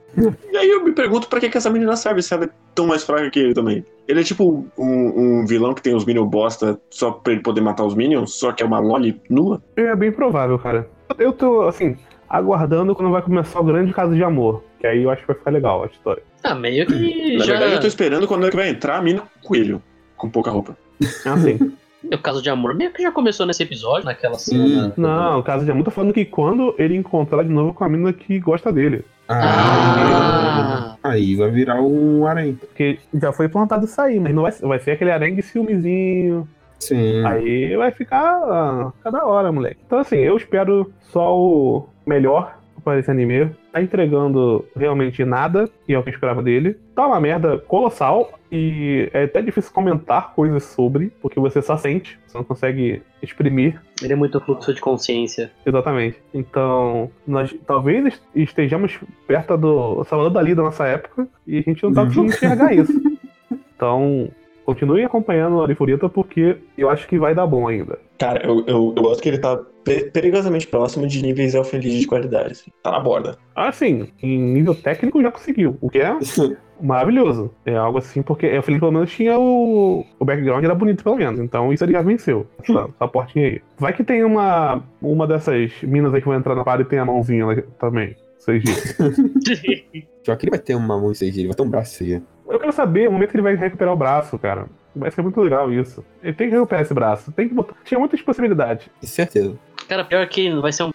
Speaker 5: E aí eu me pergunto pra que, que essa menina serve se ela é tão mais fraca que ele também. Ele é tipo um, um vilão que tem os minions bosta só pra ele poder matar os minions, só que é uma loli nua.
Speaker 3: É bem provável, cara. Eu tô, assim, aguardando quando vai começar o grande caso de amor. Que aí eu acho que vai ficar legal a história.
Speaker 6: Ah, meio que
Speaker 5: Na
Speaker 6: já...
Speaker 5: verdade, eu tô esperando quando é que vai entrar a mina coelho, com pouca roupa.
Speaker 3: É assim.
Speaker 6: O caso de amor meio que já começou nesse episódio, naquela
Speaker 4: Sim.
Speaker 6: cena.
Speaker 3: Não, o caso de amor tá falando que quando ele encontrar de novo com a mina que gosta dele.
Speaker 4: Ah,
Speaker 6: Ah!
Speaker 4: Aí vai virar um harém.
Speaker 3: Porque já foi plantado isso aí, mas não vai, vai ser aquele arengue de ciúmezinho.
Speaker 4: Sim.
Speaker 3: Aí vai ficar ah, cada hora, moleque. Então, assim, eu espero só o melhor para esse anime. Tá entregando realmente nada, e é o que eu esperava dele. Tá uma merda colossal, e é até difícil comentar coisas sobre, porque você só sente, você não consegue exprimir
Speaker 6: Ele é muito fluxo de consciência.
Speaker 3: Exatamente. Então, nós talvez est- estejamos perto do Salvador Dali da nossa época e a gente não tá
Speaker 4: Uhum.
Speaker 3: conseguindo enxergar isso. Então, continue acompanhando a Arifurita porque eu acho que vai dar bom ainda.
Speaker 5: Cara, eu, eu, eu gosto que ele tá pe- perigosamente próximo de níveis elfeliz de qualidade. assim. Tá na borda.
Speaker 3: Assim, em nível técnico já conseguiu, o que é maravilhoso. É algo assim, porque eu falei que pelo menos tinha o. O background era bonito, pelo menos. Então isso ele já venceu. Essa, essa portinha aí. Vai que tem uma, uma dessas minas aí que vai entrar na parada e tem a mãozinha lá também. Vocês viram.
Speaker 4: Pior que ele vai ter uma mão em CG, ele vai ter um braço em CG.
Speaker 3: Eu quero saber o momento que ele vai recuperar o braço, cara. Vai ser muito legal isso. Ele tem que recuperar esse braço. Tem que botar. Tinha muitas possibilidades.
Speaker 4: Com é certeza.
Speaker 6: Cara, pior que vai ser um.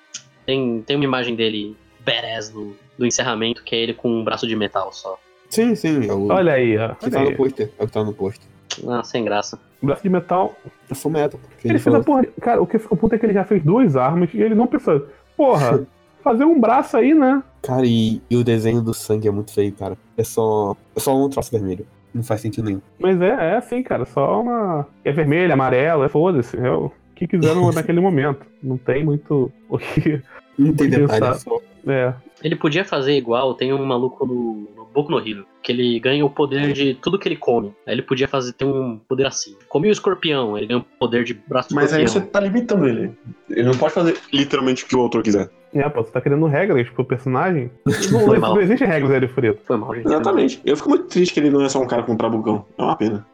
Speaker 6: Tem, tem uma imagem dele badass do, do encerramento, que é ele com um braço de metal só.
Speaker 4: Sim, sim. É o
Speaker 3: Olha aí, ó.
Speaker 4: que
Speaker 3: Olha
Speaker 4: tá
Speaker 3: aí.
Speaker 4: no pôster. É o que tá no pôster.
Speaker 6: Ah, sem graça.
Speaker 3: Braço de metal.
Speaker 4: É full metal. porque
Speaker 3: Ele,
Speaker 4: ele
Speaker 3: fez a
Speaker 4: falou,
Speaker 3: porra. Cara, o que ficou puto é que ele já fez duas armas e ele não pensou. Porra, fazer um braço aí, né?
Speaker 4: Cara, e, e o desenho do sangue é muito feio, cara. É só, é só um troço vermelho. Não faz sentido nenhum.
Speaker 3: Mas é, é assim, cara. Só uma. É vermelho, amarelo, é foda-se. É o que quiseram naquele momento. Não tem muito o que.
Speaker 4: Não tem
Speaker 3: Engraçado.
Speaker 4: detalhe, é só.
Speaker 3: É.
Speaker 6: Ele podia fazer igual, tem um maluco no, no Boku no Hero, que ele ganha o poder de tudo que ele come. Aí ele podia fazer, ter um poder assim. Comi o escorpião, ele ganha o poder de braço
Speaker 5: Mas aí você
Speaker 6: escorpião.
Speaker 5: tá limitando ele. Ele não pode fazer literalmente o que o autor quiser.
Speaker 3: É, pô, você tá criando regras pro personagem? Não,
Speaker 6: Tipo, Foi mal.
Speaker 3: não existe regras, Erifurito.
Speaker 6: Foi mal, gente.
Speaker 5: Exatamente. Eu fico muito triste que ele não é só um cara com um trabucão. É uma pena.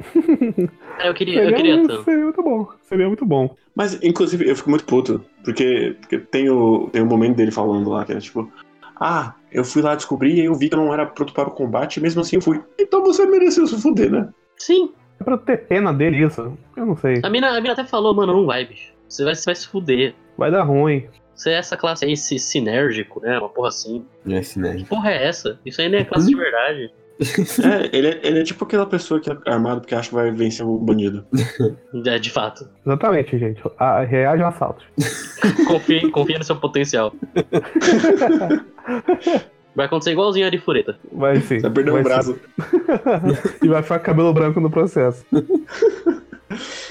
Speaker 6: Cara, eu queria, eu
Speaker 3: Seria,
Speaker 5: é
Speaker 6: queria
Speaker 3: um-
Speaker 6: tanto.
Speaker 3: seria muito bom. Seria muito bom.
Speaker 5: Mas, inclusive, eu fico muito puto, porque, porque tem, o, tem um momento dele falando lá, que era tipo, ah, eu fui lá descobrir e eu vi que eu não era pronto para o combate, e mesmo assim eu fui. Então você mereceu se fuder, né?
Speaker 6: Sim,
Speaker 3: É pra eu ter pena dele isso. Eu não sei.
Speaker 6: a mina, a mina até falou, mano, não vai, bicho. Você vai, você vai se fuder.
Speaker 3: Vai dar ruim.
Speaker 6: Você é essa classe aí, esse sinérgico, né? Uma porra assim.
Speaker 4: Não é esse nerd.
Speaker 6: Que porra é essa? Isso aí não é classe de verdade.
Speaker 5: É, ele, é- ele é tipo aquela pessoa que é armado porque acha que vai vencer o bandido.
Speaker 6: É, de fato.
Speaker 3: Exatamente, gente. Ah, reage ao assalto.
Speaker 6: Confia, confia no seu potencial. Vai acontecer igualzinho a Arifureta.
Speaker 3: Vai sim.
Speaker 5: Vai perder
Speaker 3: vai
Speaker 5: um
Speaker 3: sim.
Speaker 5: braço.
Speaker 3: e vai ficar com cabelo branco no processo.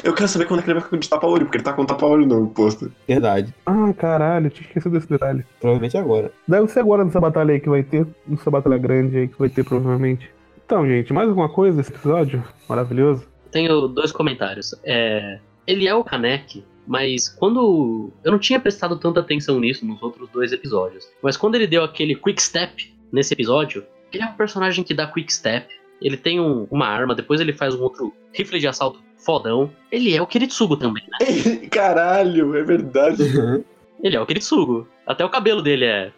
Speaker 5: Eu quero saber quando é que ele vai ficar de tapa-olho, porque ele tá com tapa-olho no posto.
Speaker 4: Verdade.
Speaker 3: Ah, caralho, eu tinha esquecido desse detalhe.
Speaker 4: Provavelmente agora.
Speaker 3: Deve ser agora nessa batalha aí que vai ter. Nessa batalha grande aí que vai ter, provavelmente. Então, gente, mais alguma coisa desse episódio? Maravilhoso.
Speaker 6: Tenho dois comentários. É, ele é o Kanek, mas quando. Eu não tinha prestado tanta atenção nisso nos outros dois episódios. Mas quando ele deu aquele quick step nesse episódio, ele é um personagem que dá quick step. Ele tem um- uma arma, depois ele faz um outro rifle de assalto fodão. Ele é o Kiritsugo também, né?
Speaker 5: Caralho, é verdade.
Speaker 6: Ele é o Kiritsugo. Até o cabelo dele é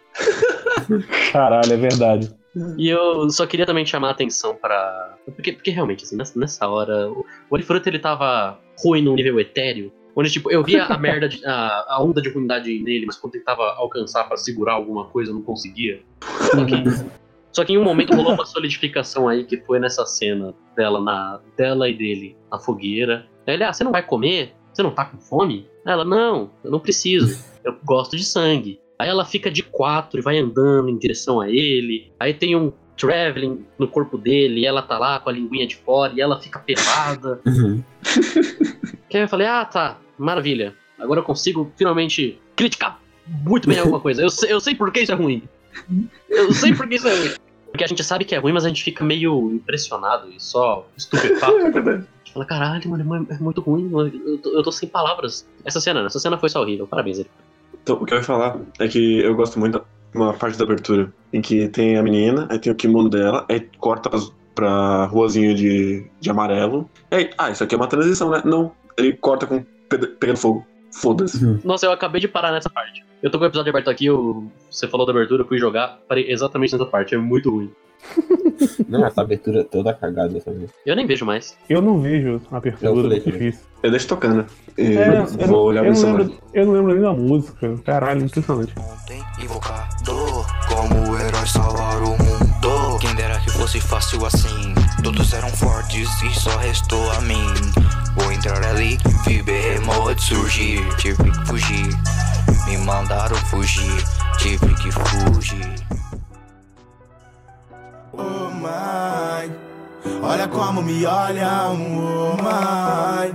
Speaker 3: Caralho, é verdade.
Speaker 6: E eu só queria também chamar a atenção pra. Porque, porque realmente, assim, nessa, nessa hora, o o Olifruto ele tava ruim num nível etéreo. Onde, tipo, eu via a merda, de- a, a onda de ruindade nele, mas quando tentava alcançar pra segurar alguma coisa, eu não conseguia. Só que, só que em um momento rolou uma solidificação aí, que foi nessa cena dela, na, dela e dele na fogueira. Aí ele, ah, você não vai comer? Você não tá com fome? Ela, não, eu não preciso. Eu gosto de sangue. Aí ela fica de quatro e vai andando em direção a ele. Aí tem um traveling no corpo dele, e ela tá lá com a linguinha de fora, e ela fica pelada.
Speaker 4: Uhum.
Speaker 6: que aí eu falei, ah tá, maravilha. Agora eu consigo finalmente criticar muito bem alguma coisa. Eu sei, eu sei por que isso é ruim. Eu sei por que isso é ruim. Porque a gente sabe que é ruim, mas a gente fica meio impressionado e só estupefato.
Speaker 5: É verdade.
Speaker 6: A gente fala, caralho, mano, é mu- é muito ruim, mano. Eu tô, eu tô sem palavras. Essa cena, essa cena foi só horrível. Parabéns, ele.
Speaker 5: Então, o que eu ia falar é que eu gosto muito de uma parte da abertura em que tem a menina, aí tem o kimono dela, aí corta pras- pra ruazinha de, de amarelo. Aí, ah, isso aqui é uma transição, né? Não. Ele corta com ped- pegando fogo. Foda-se.
Speaker 6: Nossa, eu acabei de parar nessa parte. Eu tô com o episódio aberto aqui, eu- você falou da abertura, eu fui jogar, parei exatamente nessa parte, é muito ruim.
Speaker 4: Não, essa abertura é toda cagada também.
Speaker 6: Eu nem vejo mais.
Speaker 3: Eu não vejo a
Speaker 4: Eu
Speaker 3: abertura
Speaker 4: falei
Speaker 3: que
Speaker 4: também.
Speaker 3: fiz.
Speaker 5: Eu deixo tocando. E
Speaker 3: É, eu,
Speaker 5: vou
Speaker 3: não-
Speaker 5: olhar
Speaker 3: eu
Speaker 5: o
Speaker 3: não
Speaker 5: Samara.
Speaker 3: lembro, eu não lembro nem da música. Caralho, impressionante.
Speaker 2: ontem invocador Como herói salvar o mundo Quem dera que fosse fácil assim Todos eram fortes e só restou a mim Vou entrar ali, vi behemoth surgir Tive que fugir, me mandaram fugir Tive que fugir Oh mãe, olha como me olham Oh mãe,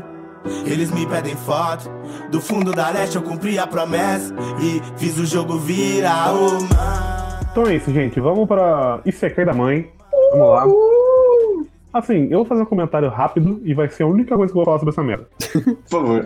Speaker 2: eles me pedem foto do fundo da leste eu cumpri a promessa e fiz o jogo virar oh, uma.
Speaker 3: Então é isso, gente. Vamos pra Isekai da Mãe. Vamos lá. Assim, eu vou fazer um comentário rápido e vai ser a única coisa que eu vou falar sobre essa merda.
Speaker 5: Por favor.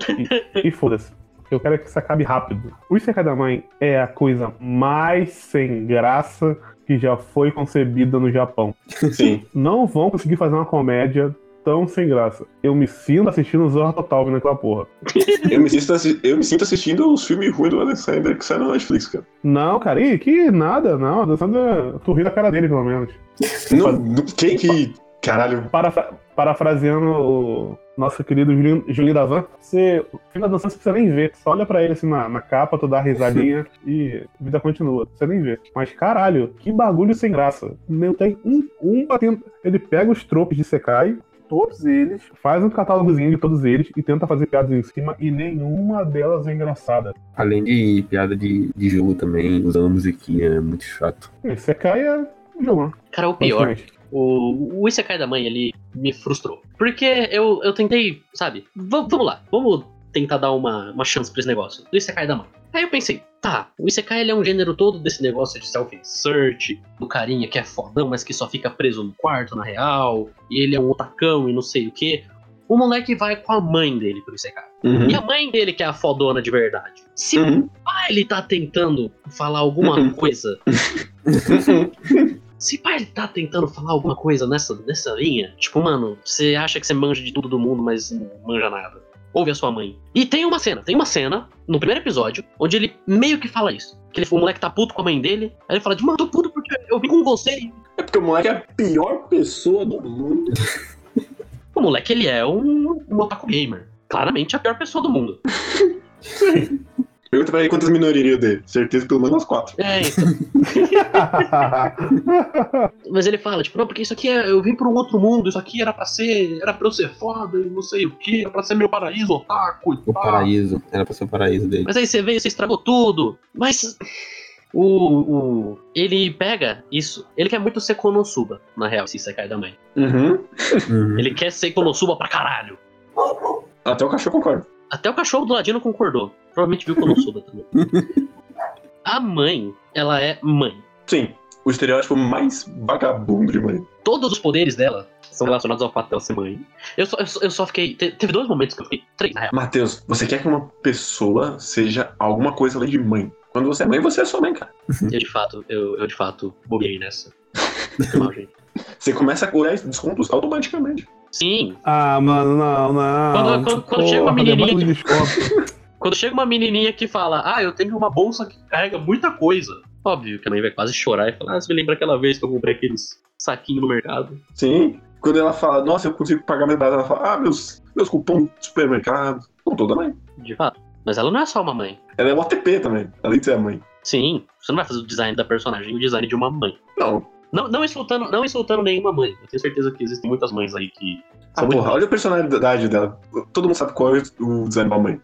Speaker 3: E foda-se. Eu quero é que isso acabe rápido. O Isekai da Mãe é a coisa mais sem graça que já foi concebida no Japão.
Speaker 5: Sim.
Speaker 3: Não vão conseguir fazer uma comédia tão sem graça. Eu me sinto assistindo Zorra Total naquela porra.
Speaker 5: Eu me, sinto assi- eu me sinto assistindo os filmes ruins do Alexander que saem na Netflix, cara.
Speaker 3: Não, cara, ih, que nada, não. é, A Sandra, tu ri da cara dele, pelo menos.
Speaker 5: Não, não- quem que. Caralho.
Speaker 3: Parafra- parafraseando o nosso querido Julinho, Julinho da Van, você, o filme da dançando você precisa nem ver. Só olha pra ele assim na, na capa, tu dá a risadinha e a vida continua. Você nem vê. Mas caralho, que bagulho sem graça. Não tem um, um batendo. Ele pega os tropos de Sekai, todos eles, faz um catálogozinho de todos eles e tenta fazer piadas em cima e nenhuma delas é engraçada.
Speaker 4: Além de piada de, de jogo também, usando musiquinha, é muito chato.
Speaker 3: Esse Sekai é um jogo, né?
Speaker 6: Cara, o pior,
Speaker 3: Basicamente.
Speaker 6: o, o Isekai da mãe ali me frustrou. Porque eu, eu tentei, sabe? va- vamos lá, vamos tentar dar uma, uma chance pra esse negócio. Do Isekai da mãe. Aí eu pensei, tá, o Isekai ele é um gênero todo desse negócio de self-insert, do carinha que é fodão, mas que só fica preso no quarto, na real, e ele é um otacão e não sei o quê. O moleque vai com a mãe dele pro Isekai.
Speaker 5: Uhum.
Speaker 6: E a mãe dele que é a fodona de verdade. Se o
Speaker 5: Uhum.
Speaker 6: pai ele tá tentando falar alguma coisa
Speaker 5: Uhum.
Speaker 6: se pai ele tá tentando falar alguma coisa nessa, nessa linha, tipo, mano, você acha que você manja de tudo do mundo, mas não manja nada. Ouve a sua mãe. E tem uma cena, tem uma cena, no primeiro episódio, onde ele meio que fala isso. Que ele, o moleque tá puto com a mãe dele, aí ele fala de, mano, tô puto porque eu vim com você. E
Speaker 5: É porque o moleque é a pior pessoa do mundo.
Speaker 6: O moleque, ele é um, um otaku gamer. Claramente a pior pessoa do mundo.
Speaker 5: Pergunta pra ele quantas minorias dele. Certeza pelo menos umas quatro.
Speaker 6: É, então, Mas ele fala, tipo, não, porque isso aqui é. Eu vim pra um outro mundo, isso aqui era pra ser. Era pra eu ser foda e não sei o que, era pra ser meu paraíso, otaku e
Speaker 4: O
Speaker 5: Ah.
Speaker 6: pá.
Speaker 4: paraíso, era pra ser o paraíso dele.
Speaker 6: Mas aí você veio, você estragou tudo. Mas o, o- ele pega isso. Ele quer muito ser Konosuba, na real, se cai da mãe.
Speaker 5: Uhum.
Speaker 4: Uhum.
Speaker 6: Ele quer ser Konosuba pra caralho.
Speaker 5: Até o cachorro concorda.
Speaker 6: Até o cachorro do ladinho concordou. Provavelmente viu Konosuba também. A mãe, ela é mãe.
Speaker 5: Sim. O estereótipo mais vagabundo de mãe.
Speaker 6: Todos os poderes dela são relacionados ao fato dela ser mãe. Eu só, eu só, eu só fiquei. te- teve dois momentos que eu fiquei. Três, na real.
Speaker 5: Matheus, você quer que uma pessoa seja alguma coisa além de mãe. Quando você é mãe, você é sua mãe, cara.
Speaker 6: Eu de fato, eu, eu de fato bobiei nessa. Foi mal, gente.
Speaker 5: Você começa a curar esses descontos automaticamente.
Speaker 6: Sim,
Speaker 3: ah, mano, não, não.
Speaker 6: Quando- quando- quando chega uma
Speaker 3: Porra, debate
Speaker 6: menininha-
Speaker 3: de desconto.
Speaker 6: Quando chega uma menininha que fala, ah, eu tenho uma bolsa que carrega muita coisa. Óbvio que a mãe vai quase chorar e falar, ah, você me lembra aquela vez que eu comprei aqueles saquinhos no mercado?
Speaker 5: Sim. Quando ela fala, nossa, eu consigo pagar minha brasa, ela fala, ah, meus, meus cupons do supermercado. Com toda mãe.
Speaker 6: De fato. Mas ela não é só uma mãe.
Speaker 5: Ela é uma OTP também, além de ser a mãe.
Speaker 6: Sim, você não vai fazer o design da personagem, o design de uma mãe.
Speaker 5: Não.
Speaker 6: Não, não, insultando, não insultando nenhuma mãe. Eu tenho certeza que existem muitas mães aí que.
Speaker 5: Ah,
Speaker 6: muito
Speaker 5: porra, olha a personalidade dela. Todo mundo sabe qual é o design da mãe.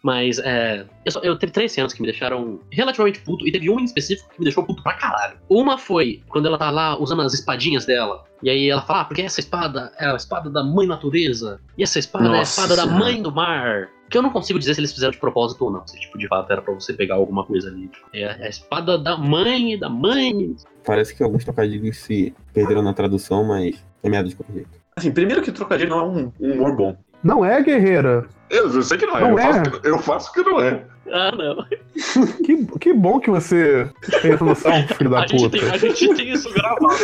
Speaker 6: Mas é. Eu, só, eu teve três cenas que me deixaram relativamente puto, e teve uma em específico que me deixou puto pra caralho. Uma foi quando ela tá lá usando as espadinhas dela. E aí ela fala, ah, porque essa espada é a espada da mãe natureza. E essa espada é a
Speaker 5: Nossa
Speaker 6: espada da
Speaker 5: Senhora.
Speaker 6: mãe do mar. Que eu não consigo dizer se eles fizeram de propósito ou não. Se tipo, de fato era pra você pegar alguma coisa ali. É a- é a espada da mãe, da mãe.
Speaker 4: Parece que alguns trocadilhos se perderam na tradução, mas é merda de qualquer jeito.
Speaker 5: Assim, primeiro que trocadilho não é um um humor bom.
Speaker 3: Não é, guerreira.
Speaker 5: Eu, eu sei que não é.
Speaker 3: Não
Speaker 5: eu,
Speaker 3: é?
Speaker 5: Faço, que- eu faço que não é.
Speaker 6: Ah, não.
Speaker 3: Que, que bom que você tem essa noção, filho da
Speaker 6: A gente,
Speaker 3: puta.
Speaker 6: tem, a gente tem isso gravado.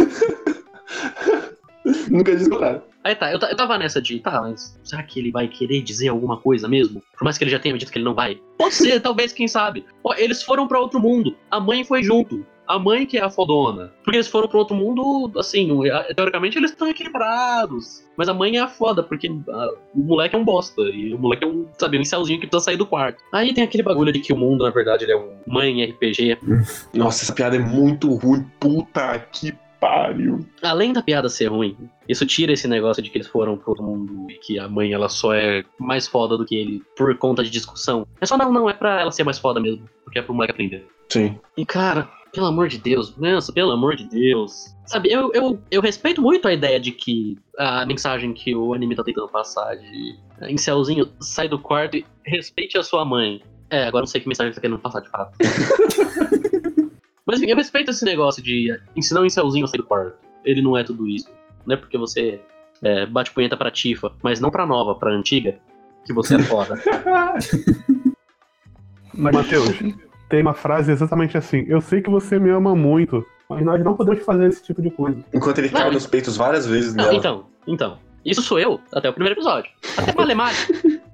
Speaker 5: Nunca disse nada.
Speaker 6: Aí tá, eu, ta- eu tava nessa de, tá, mas será que ele vai querer dizer alguma coisa mesmo? Por mais que ele já tenha me dito que ele não vai. Pode ser, talvez, quem sabe. Ó, eles foram pra outro mundo. A mãe foi junto. A mãe que é a fodona. Porque eles foram pra outro mundo, assim, eh, teoricamente eles estão equilibrados. Mas a mãe é a foda, porque ah, o moleque é um bosta. E o moleque é um, sabe, um incelzinho que precisa sair do quarto. Aí tem aquele bagulho de que o mundo, na verdade, ele é um mãe RPG.
Speaker 5: Nossa, essa piada é muito ruim. Puta que pariu.
Speaker 6: Além da piada ser ruim, isso tira esse negócio de que eles foram pro outro mundo e que a mãe ela só é mais foda do que ele por conta de discussão. É só não, não, é pra ela ser mais foda mesmo, porque é pro moleque aprender.
Speaker 5: Sim.
Speaker 6: E cara, pelo amor de Deus, nossa, pelo amor de Deus. Sabe, eu, eu, eu respeito muito a ideia de que a mensagem que o anime tá tentando passar de eh, em céuzinho, sai do quarto e respeite a sua mãe. É, agora eu não sei que mensagem ele tá querendo passar de fato. Mas enfim, eu respeito esse negócio de eh, ensinar o incelzinho a sair do quarto. Ele não é tudo isso. Não é porque você é, bate punheta pra Tifa, mas não pra nova, pra antiga, que você é foda.
Speaker 3: Mas, Matheus, tem uma frase exatamente assim. Eu sei que você me ama muito, mas nós não podemos fazer esse tipo de coisa.
Speaker 5: Enquanto ele cai
Speaker 6: Não,
Speaker 5: nos peitos várias vezes
Speaker 6: Não,
Speaker 5: dela.
Speaker 6: então, então. Isso sou eu até o primeiro episódio. Até Malemar.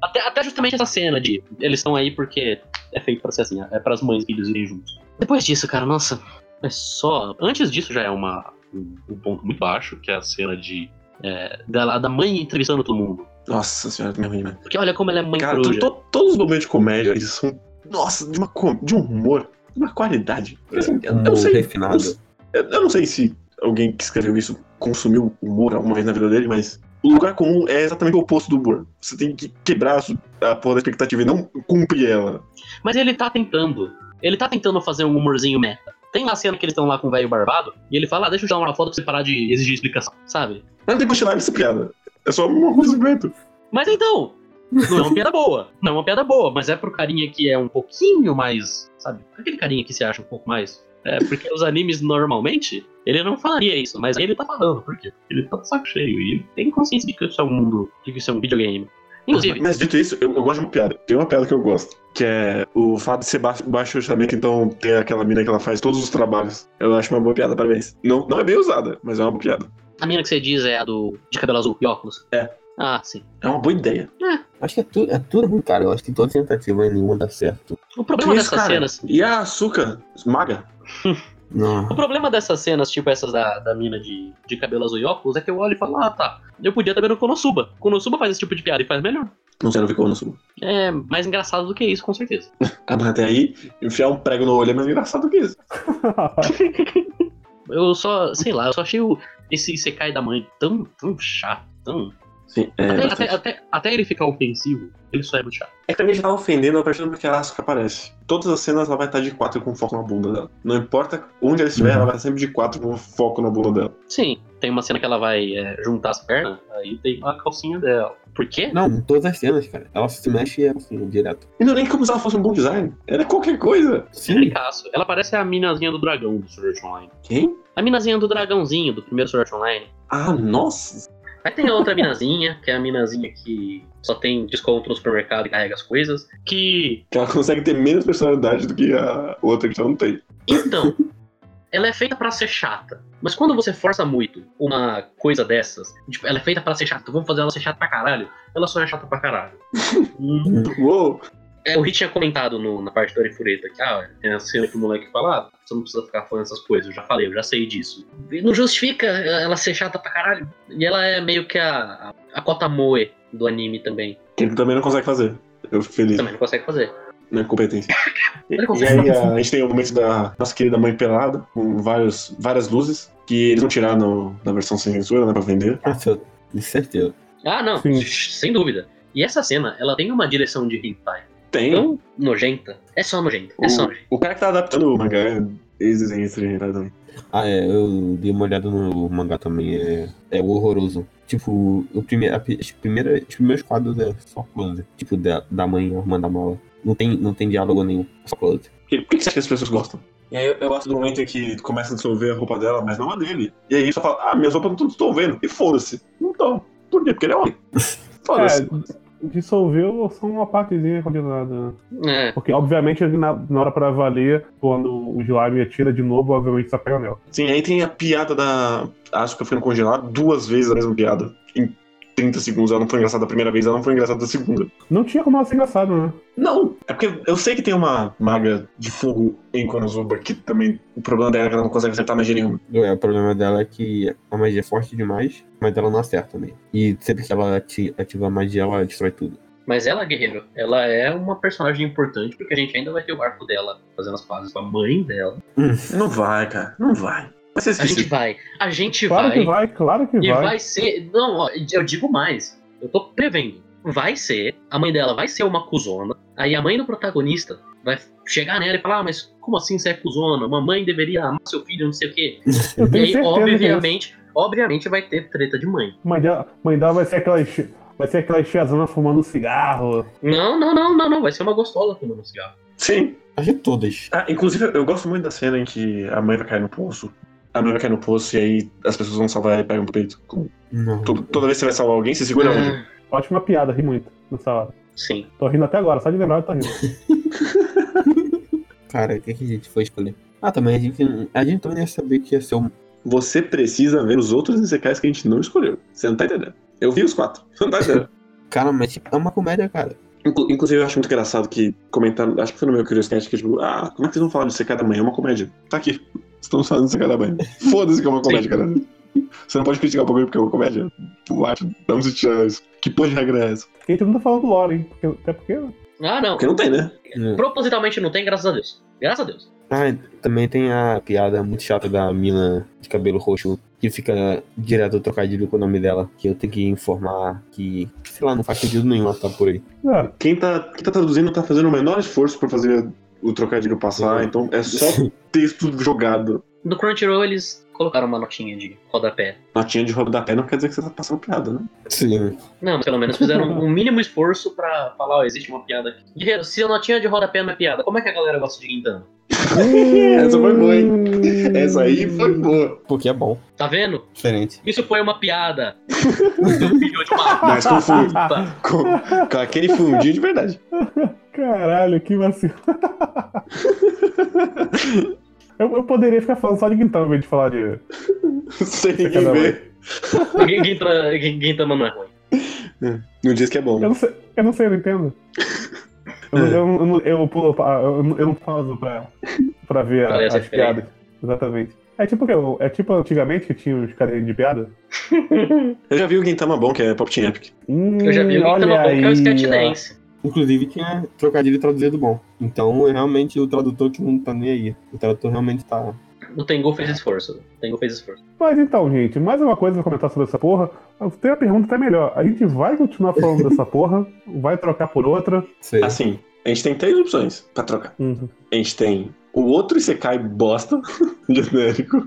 Speaker 6: até, até justamente essa cena de eles estão aí porque é feito pra ser assim, é pras mães e filhos irem juntos. Depois disso, cara, nossa, é só. Antes disso já é uma, um, um ponto muito baixo, que é a cena de. é, dela, da mãe entrevistando todo mundo.
Speaker 5: Nossa senhora, minha mãe, velho.
Speaker 6: Porque olha como ela é mãe
Speaker 5: Cara, to-
Speaker 6: coruja.
Speaker 5: to- todos os momentos de comédia, eles são. Nossa, de, uma, co- de um humor, de uma qualidade. Assim, eu, eu não
Speaker 4: Humor
Speaker 5: sei.
Speaker 4: refinado.
Speaker 5: Eu, eu não sei se alguém que escreveu isso consumiu humor alguma vez na vida dele, mas o lugar comum é exatamente o oposto do humor. Você tem que quebrar a su- a porra da expectativa e não cumprir ela.
Speaker 6: Mas ele tá tentando. Ele tá tentando fazer um humorzinho meta. Tem lá a cena que eles estão lá com o velho barbado e ele fala, ah, deixa eu tirar uma foto pra você parar de exigir explicação, sabe?
Speaker 5: Mas não tem continuidade nessa piada. É só um argumento.
Speaker 6: Mas então, não é uma piada boa. Não é uma piada boa, mas é pro carinha que é um pouquinho mais. Sabe? Aquele carinha que se acha um pouco mais. É, porque os animes normalmente, ele não falaria isso, mas ele tá falando, por quê? Ele tá de saco cheio e ele tem consciência de que isso é um mundo, de que isso é um videogame. Inclusive,
Speaker 5: Mas dito isso, eu, eu gosto de uma piada. Tem uma piada que eu gosto. Que é o fato de ser baixo, baixo orçamento, então tem aquela mina que ela faz todos os trabalhos. Eu acho uma boa piada, parabéns. Não, não é bem usada, mas é uma boa piada.
Speaker 6: a mina que você diz é a do de cabelo azul e óculos.
Speaker 5: É.
Speaker 6: Ah, sim.
Speaker 5: É uma boa ideia.
Speaker 4: Acho que é tudo, é tudo ruim, cara. Eu acho que toda tentativa nenhuma dá certo.
Speaker 6: O problema
Speaker 5: Que isso,
Speaker 6: dessas
Speaker 5: é cara?
Speaker 6: cenas.
Speaker 5: E a açúcar maga?
Speaker 4: Não.
Speaker 6: O problema dessas cenas, tipo essas da, da mina de, de cabelo azul e óculos, é que eu olho e falo, ah tá, eu podia também no Konosuba. Konosuba faz esse tipo de piada e faz melhor.
Speaker 5: Não sei, não ficou no sul.
Speaker 6: É mais engraçado do que isso, com certeza.
Speaker 5: Ah, mas até aí, enfiar um prego no olho é mais engraçado que isso.
Speaker 6: Eu só, sei lá, eu só achei o, esse Isekai da mãe tão, tão chato, tão...
Speaker 5: Sim, é.
Speaker 6: até,
Speaker 5: bastante.
Speaker 6: até, até, até ele ficar ofensivo, ele só é muito chato.
Speaker 5: É que também já tá ofendendo a partir do que a Asuka aparece. Todas as cenas ela vai estar de quatro com foco na bunda dela. Não importa onde ela estiver, ela vai estar sempre de quatro com foco na bunda dela.
Speaker 6: Sim, tem uma cena que ela vai é, juntar as pernas, aí tem a calcinha dela. Por quê?
Speaker 4: Não, em todas as cenas, cara. Ela se mexe assim, direto.
Speaker 5: E não é nem como se ela fosse um bom design. Era qualquer coisa.
Speaker 4: Sim.
Speaker 6: Ricaço. É Ela parece a minazinha do dragão do Sword Art Online.
Speaker 5: Quem?
Speaker 6: A minazinha do dragãozinho do primeiro Sword Art Online.
Speaker 5: Ah, nossa.
Speaker 6: Aí tem a outra minazinha, que é a minazinha que só tem desconto no supermercado e carrega as coisas. Que,
Speaker 5: Que ela consegue ter menos personalidade do que a outra que já não tem.
Speaker 6: então, ela é feita pra ser chata. Mas quando você força muito uma coisa dessas, tipo, ela é feita pra ser chata, vamos fazer ela ser chata pra caralho, ela só é chata pra caralho. Hum,
Speaker 5: Uou.
Speaker 6: é, o Hit tinha comentado no- na parte do Arifureta que, ah, tem a cena que o moleque fala, ah, você não precisa ficar falando essas coisas, eu já falei, eu já sei disso. E não justifica ela ser chata pra caralho. E ela é meio que a, a cota moe do anime também.
Speaker 5: Que ele também não consegue fazer. Eu fico feliz.
Speaker 6: Também não consegue fazer.
Speaker 5: né, competência. E,
Speaker 6: Ele
Speaker 5: e
Speaker 6: consegue
Speaker 5: aí a, a gente tem o momento da nossa querida mãe pelada, com vários, várias luzes, que eles vão tirar no, na versão sem censura, né, pra vender.
Speaker 4: Nossa, de certeza.
Speaker 6: Ah, não,
Speaker 3: Sim.
Speaker 6: sem dúvida. E essa cena, ela tem uma direção de hentai
Speaker 5: Tem.
Speaker 6: tão nojenta. É só nojenta, é só nojenta.
Speaker 5: o, o cara que tá adaptando o mangá, ex-desenho também.
Speaker 4: Ah, é, eu dei uma olhada no mangá também. É, é horroroso. Tipo, o primeiro, a, pri- as primeiras- os primeiros quadros é só close. Tipo, da, da mãe arrumando a mala. Não tem, não tem diálogo nenhum. Só close.
Speaker 5: Por que, que você acha que as pessoas gostam? E aí eu, eu gosto do momento em que começa a dissolver a roupa dela, mas não a dele. E aí só fala, ah, minhas roupas não estão vendo. E foda-se. Não estão. Por quê? Porque ele é homem. Foda-se.
Speaker 3: É, dissolveu só uma partezinha condicionada.
Speaker 6: É.
Speaker 3: Porque, obviamente, na, na hora pra valer, quando o slime atira de novo, obviamente só pega nela.
Speaker 5: Sim, aí tem a piada da Asuka ficando congelada, duas vezes a mesma piada. Em 30 segundos, ela não foi engraçada a primeira vez, ela não foi engraçada a segunda.
Speaker 3: Não tinha como ela ser engraçada, né?
Speaker 5: Não, é porque eu sei que tem uma maga de fogo em Konosuba que também o problema dela é que ela não consegue acertar magia nenhuma.
Speaker 4: É, o problema dela é que a magia é forte demais, mas ela não acerta também. E sempre que ela ati- ativa a magia, ela destrói tudo.
Speaker 6: Mas ela, guerreiro, ela é uma personagem importante porque a gente ainda vai ter o arco dela fazendo as pazes com a mãe dela.
Speaker 5: Não vai, cara, não vai. Mas você
Speaker 6: A gente
Speaker 5: esqueceu.
Speaker 6: vai, a gente
Speaker 3: Claro
Speaker 6: vai.
Speaker 3: que vai, claro que
Speaker 6: E
Speaker 3: vai.
Speaker 6: vai ser. Não, ó, eu digo mais. Eu tô prevendo. Vai ser. A mãe dela vai ser uma cuzona. Aí a mãe do protagonista vai chegar nela e falar: ah, mas como assim você é cuzona? Uma mãe deveria amar seu filho, não sei o quê.
Speaker 3: Eu
Speaker 6: E
Speaker 3: tenho
Speaker 6: aí,
Speaker 3: certeza que é isso.
Speaker 6: obviamente, obviamente vai ter treta de mãe.
Speaker 3: Mãe dela, mãe dela vai ser aquela, chi- vai ser aquela tiazona fumando cigarro.
Speaker 6: Não, não, não, não, não. Vai ser uma gostola fumando cigarro.
Speaker 5: Sim.
Speaker 4: Acho que todas.
Speaker 5: Ah, inclusive, eu gosto muito da cena em que a mãe vai cair no poço. A mãe vai cair no poço e aí as pessoas vão salvar ela e pegam no peito. Como
Speaker 4: Não.
Speaker 5: todo- toda vez que você vai salvar alguém, você segura tipo, onde?
Speaker 6: Ah,
Speaker 3: Ótima piada, ri muito nessa hora.
Speaker 6: sim.
Speaker 3: Tô rindo até agora, só de lembrar eu tô rindo.
Speaker 4: Cara, o que, que a gente foi escolher? Ah, também a gente, a gente também ia saber que ia ser um.
Speaker 5: Você precisa ver os outros ICKs que a gente não escolheu. Você não tá entendendo. Eu vi os quatro. Você não tá entendendo.
Speaker 4: Cara, mas tipo, é uma comédia, cara.
Speaker 5: Inclu- Inclusive, eu acho muito engraçado que comentaram, acho que foi no meu Curioscat, que tipo, ah, como é que vocês vão falar de secar da manhã? É uma comédia. Tá aqui. Estamos falando de secar da manhã. Foda-se que é uma comédia, cara. Você não pode criticar o bagulho porque é uma comédia. Eu acho, dá um sentido isso. Que porra de regra é essa?
Speaker 3: E a gente não tá falando do lore, hein? Porque, até porque.
Speaker 6: Ah, não.
Speaker 5: Porque não tem, né?
Speaker 4: É.
Speaker 6: Propositalmente não tem, graças a Deus. Graças a Deus.
Speaker 4: Ah, e também tem a piada muito chata da mina de cabelo roxo, que fica direto trocadilho com o nome dela, que eu tenho que informar que, sei lá, não faz sentido nenhum ela tá por aí.
Speaker 3: É,
Speaker 5: Quem tá, quem tá traduzindo tá fazendo o menor esforço pra fazer o trocadilho passar,
Speaker 4: Sim.
Speaker 5: então é só texto jogado.
Speaker 6: No Crunchyroll eles colocaram uma notinha de rodapé.
Speaker 5: Notinha de rodapé não quer dizer que você tá passando piada, né?
Speaker 4: Sim.
Speaker 6: Não, mas pelo menos fizeram um mínimo esforço pra falar, ó, existe uma piada aqui. Guerreiro, se a notinha de rodapé não é piada, como é que a galera gosta de Gintama?
Speaker 5: Essa foi boa, hein? Essa É aí foi boa.
Speaker 4: Porque é bom.
Speaker 6: Tá vendo?
Speaker 4: Diferente.
Speaker 6: Isso foi uma piada. Seu filho de
Speaker 3: Ah,
Speaker 6: uma
Speaker 5: Mas
Speaker 3: tá,
Speaker 5: com, fun-
Speaker 6: puta.
Speaker 5: com, com aquele fundinho de verdade.
Speaker 3: Caralho, que vacilo. eu, eu poderia ficar falando só de Guintão em vez de falar de.
Speaker 5: Sem
Speaker 3: Secar da
Speaker 5: ninguém
Speaker 3: manhã.
Speaker 5: ver.
Speaker 6: Gin- Gintra- Gin- Gintama não é ruim.
Speaker 5: Não diz que é bom.
Speaker 3: Eu não sei, eu não sei, eu não entendo. Eu, não- eu, não- eu, não pulo, pa- eu, não- eu não pauso pra, pra ver a-
Speaker 6: Olha essa
Speaker 3: as piadas. Exatamente. É tipo que eu- é tipo antigamente que tinha os cadernos de piada.
Speaker 5: Eu já vi o Gintama Bom, que é Pop Team Epic.
Speaker 3: Hum,
Speaker 6: Eu já vi o
Speaker 3: olha
Speaker 6: Gintama Bom, que é o
Speaker 3: aí,
Speaker 6: sketch
Speaker 3: ó.
Speaker 6: dance.
Speaker 4: Inclusive tinha trocadilho traduzido bom. Então é realmente o tradutor que não tá nem aí. O tradutor realmente tá.
Speaker 6: O Tengu fez esforço. né? O Tengu fez esforço.
Speaker 3: Mas então, gente, mais uma coisa pra comentar sobre essa porra. Eu tenho uma pergunta até melhor. A gente vai continuar falando dessa porra? Vai trocar por outra?
Speaker 6: Tá
Speaker 4: Sei. tá
Speaker 5: Assim, a gente tem três opções pra trocar.
Speaker 4: Uhum.
Speaker 3: Hum,
Speaker 5: A gente tem o outro Isekai bosta, genérico.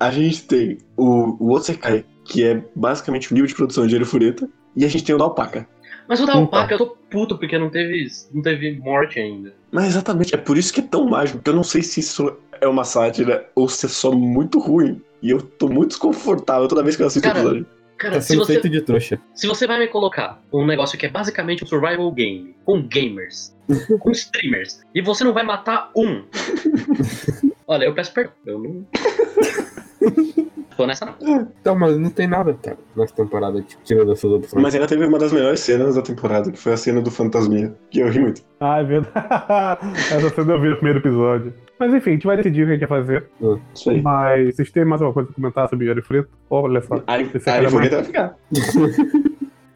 Speaker 5: A gente tem o, o outro Isekai, que é basicamente o nível de produção de Erifureta. E a gente tem o da alpaca.
Speaker 6: Mas o da
Speaker 3: Então.
Speaker 6: alpaca, eu tô puto porque não teve, não teve morte ainda.
Speaker 5: Mas exatamente, é por isso que é tão mágico, porque eu não sei se isso é uma sátira ou se é só muito ruim. E eu tô muito desconfortável toda vez que eu assisto o
Speaker 6: Cara,
Speaker 5: episódio.
Speaker 6: Cara,
Speaker 4: tá
Speaker 6: se
Speaker 4: sendo
Speaker 6: você,
Speaker 4: feito de trouxa.
Speaker 6: se você vai me colocar um negócio que é basicamente um survival game, com gamers, com streamers, e você não vai matar um. Olha, eu peço perdão. Eu não. Tô nessa não.
Speaker 4: Então, mas não tem nada, cara, nessa temporada, tipo, tirando essas opções.
Speaker 5: Mas ainda teve uma das melhores cenas da temporada, que foi a cena do Fantasminha, que eu ri muito.
Speaker 3: Ah, é verdade. Essa cena eu vi no primeiro episódio. Mas enfim, a gente vai decidir o que a gente vai fazer.
Speaker 5: Isso aí.
Speaker 3: Mas vocês têm mais alguma coisa pra comentar sobre Yuri Frito? Olha só.
Speaker 5: A
Speaker 3: Esse cara é
Speaker 5: Erifureta vai ficar.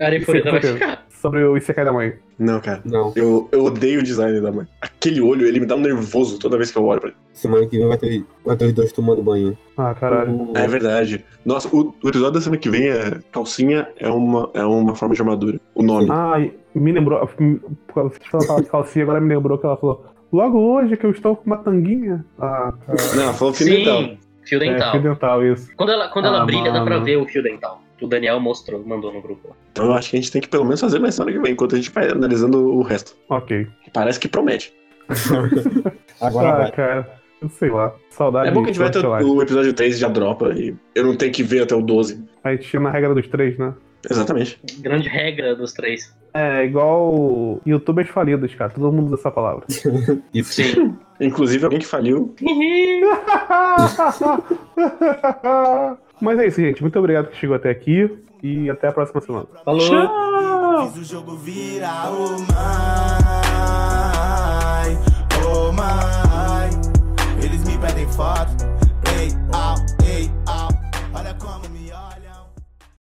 Speaker 6: A Arifureta vai
Speaker 3: Por quê?
Speaker 6: ficar.
Speaker 3: Sobre o Isekai da Mãe.
Speaker 5: Não, cara.
Speaker 4: Não,
Speaker 5: Eu, eu odeio o design da mãe. Aquele olho, ele me dá um nervoso toda vez que eu olho pra ele.
Speaker 4: semana que vem vai ter, vai ter os dois tomando banho.
Speaker 3: Ah, caralho.
Speaker 4: O-
Speaker 5: É verdade. Nossa, o, o episódio da semana que vem é calcinha é uma, é uma forma de armadura. O nome.
Speaker 3: Ah, e me lembrou. Quando você falou de calcinha, agora me lembrou que ela falou. Logo hoje que eu estou com uma tanguinha. Ah, cara.
Speaker 5: Não, um falou fio dental.
Speaker 6: Sim, fio dental.
Speaker 3: É, fio dental, isso.
Speaker 6: Quando ela, quando ela
Speaker 3: Ah,
Speaker 6: brilha, dá pra
Speaker 3: mano.
Speaker 6: ver o fio dental. O Daniel mostrou, mandou no grupo.
Speaker 5: Então eu acho que a gente tem que pelo menos fazer mais semana que vem, enquanto a gente vai analisando o resto.
Speaker 3: Ok.
Speaker 5: Parece que promete.
Speaker 4: Agora
Speaker 3: ah,
Speaker 6: É,
Speaker 4: vai.
Speaker 3: cara. Eu sei lá. Saudade
Speaker 5: É bom que a gente vai
Speaker 3: de
Speaker 5: ter
Speaker 3: Torchlight.
Speaker 5: o episódio 3 e já dropa e eu não tenho que ver até o 12.
Speaker 3: A gente tinha na regra dos três, né?
Speaker 5: Exatamente.
Speaker 6: Grande regra dos três.
Speaker 3: É, igual youtubers falidos, cara. Todo mundo usa essa palavra.
Speaker 4: Isso.
Speaker 6: Sim.
Speaker 5: Inclusive alguém que faliu.
Speaker 3: Mas é isso, gente. Muito obrigado que chegou até aqui e até a próxima semana.
Speaker 7: Falou!
Speaker 3: Tchau!
Speaker 2: oh,
Speaker 8: Fiz o jogo virar o
Speaker 2: Oh,
Speaker 8: mar.
Speaker 2: um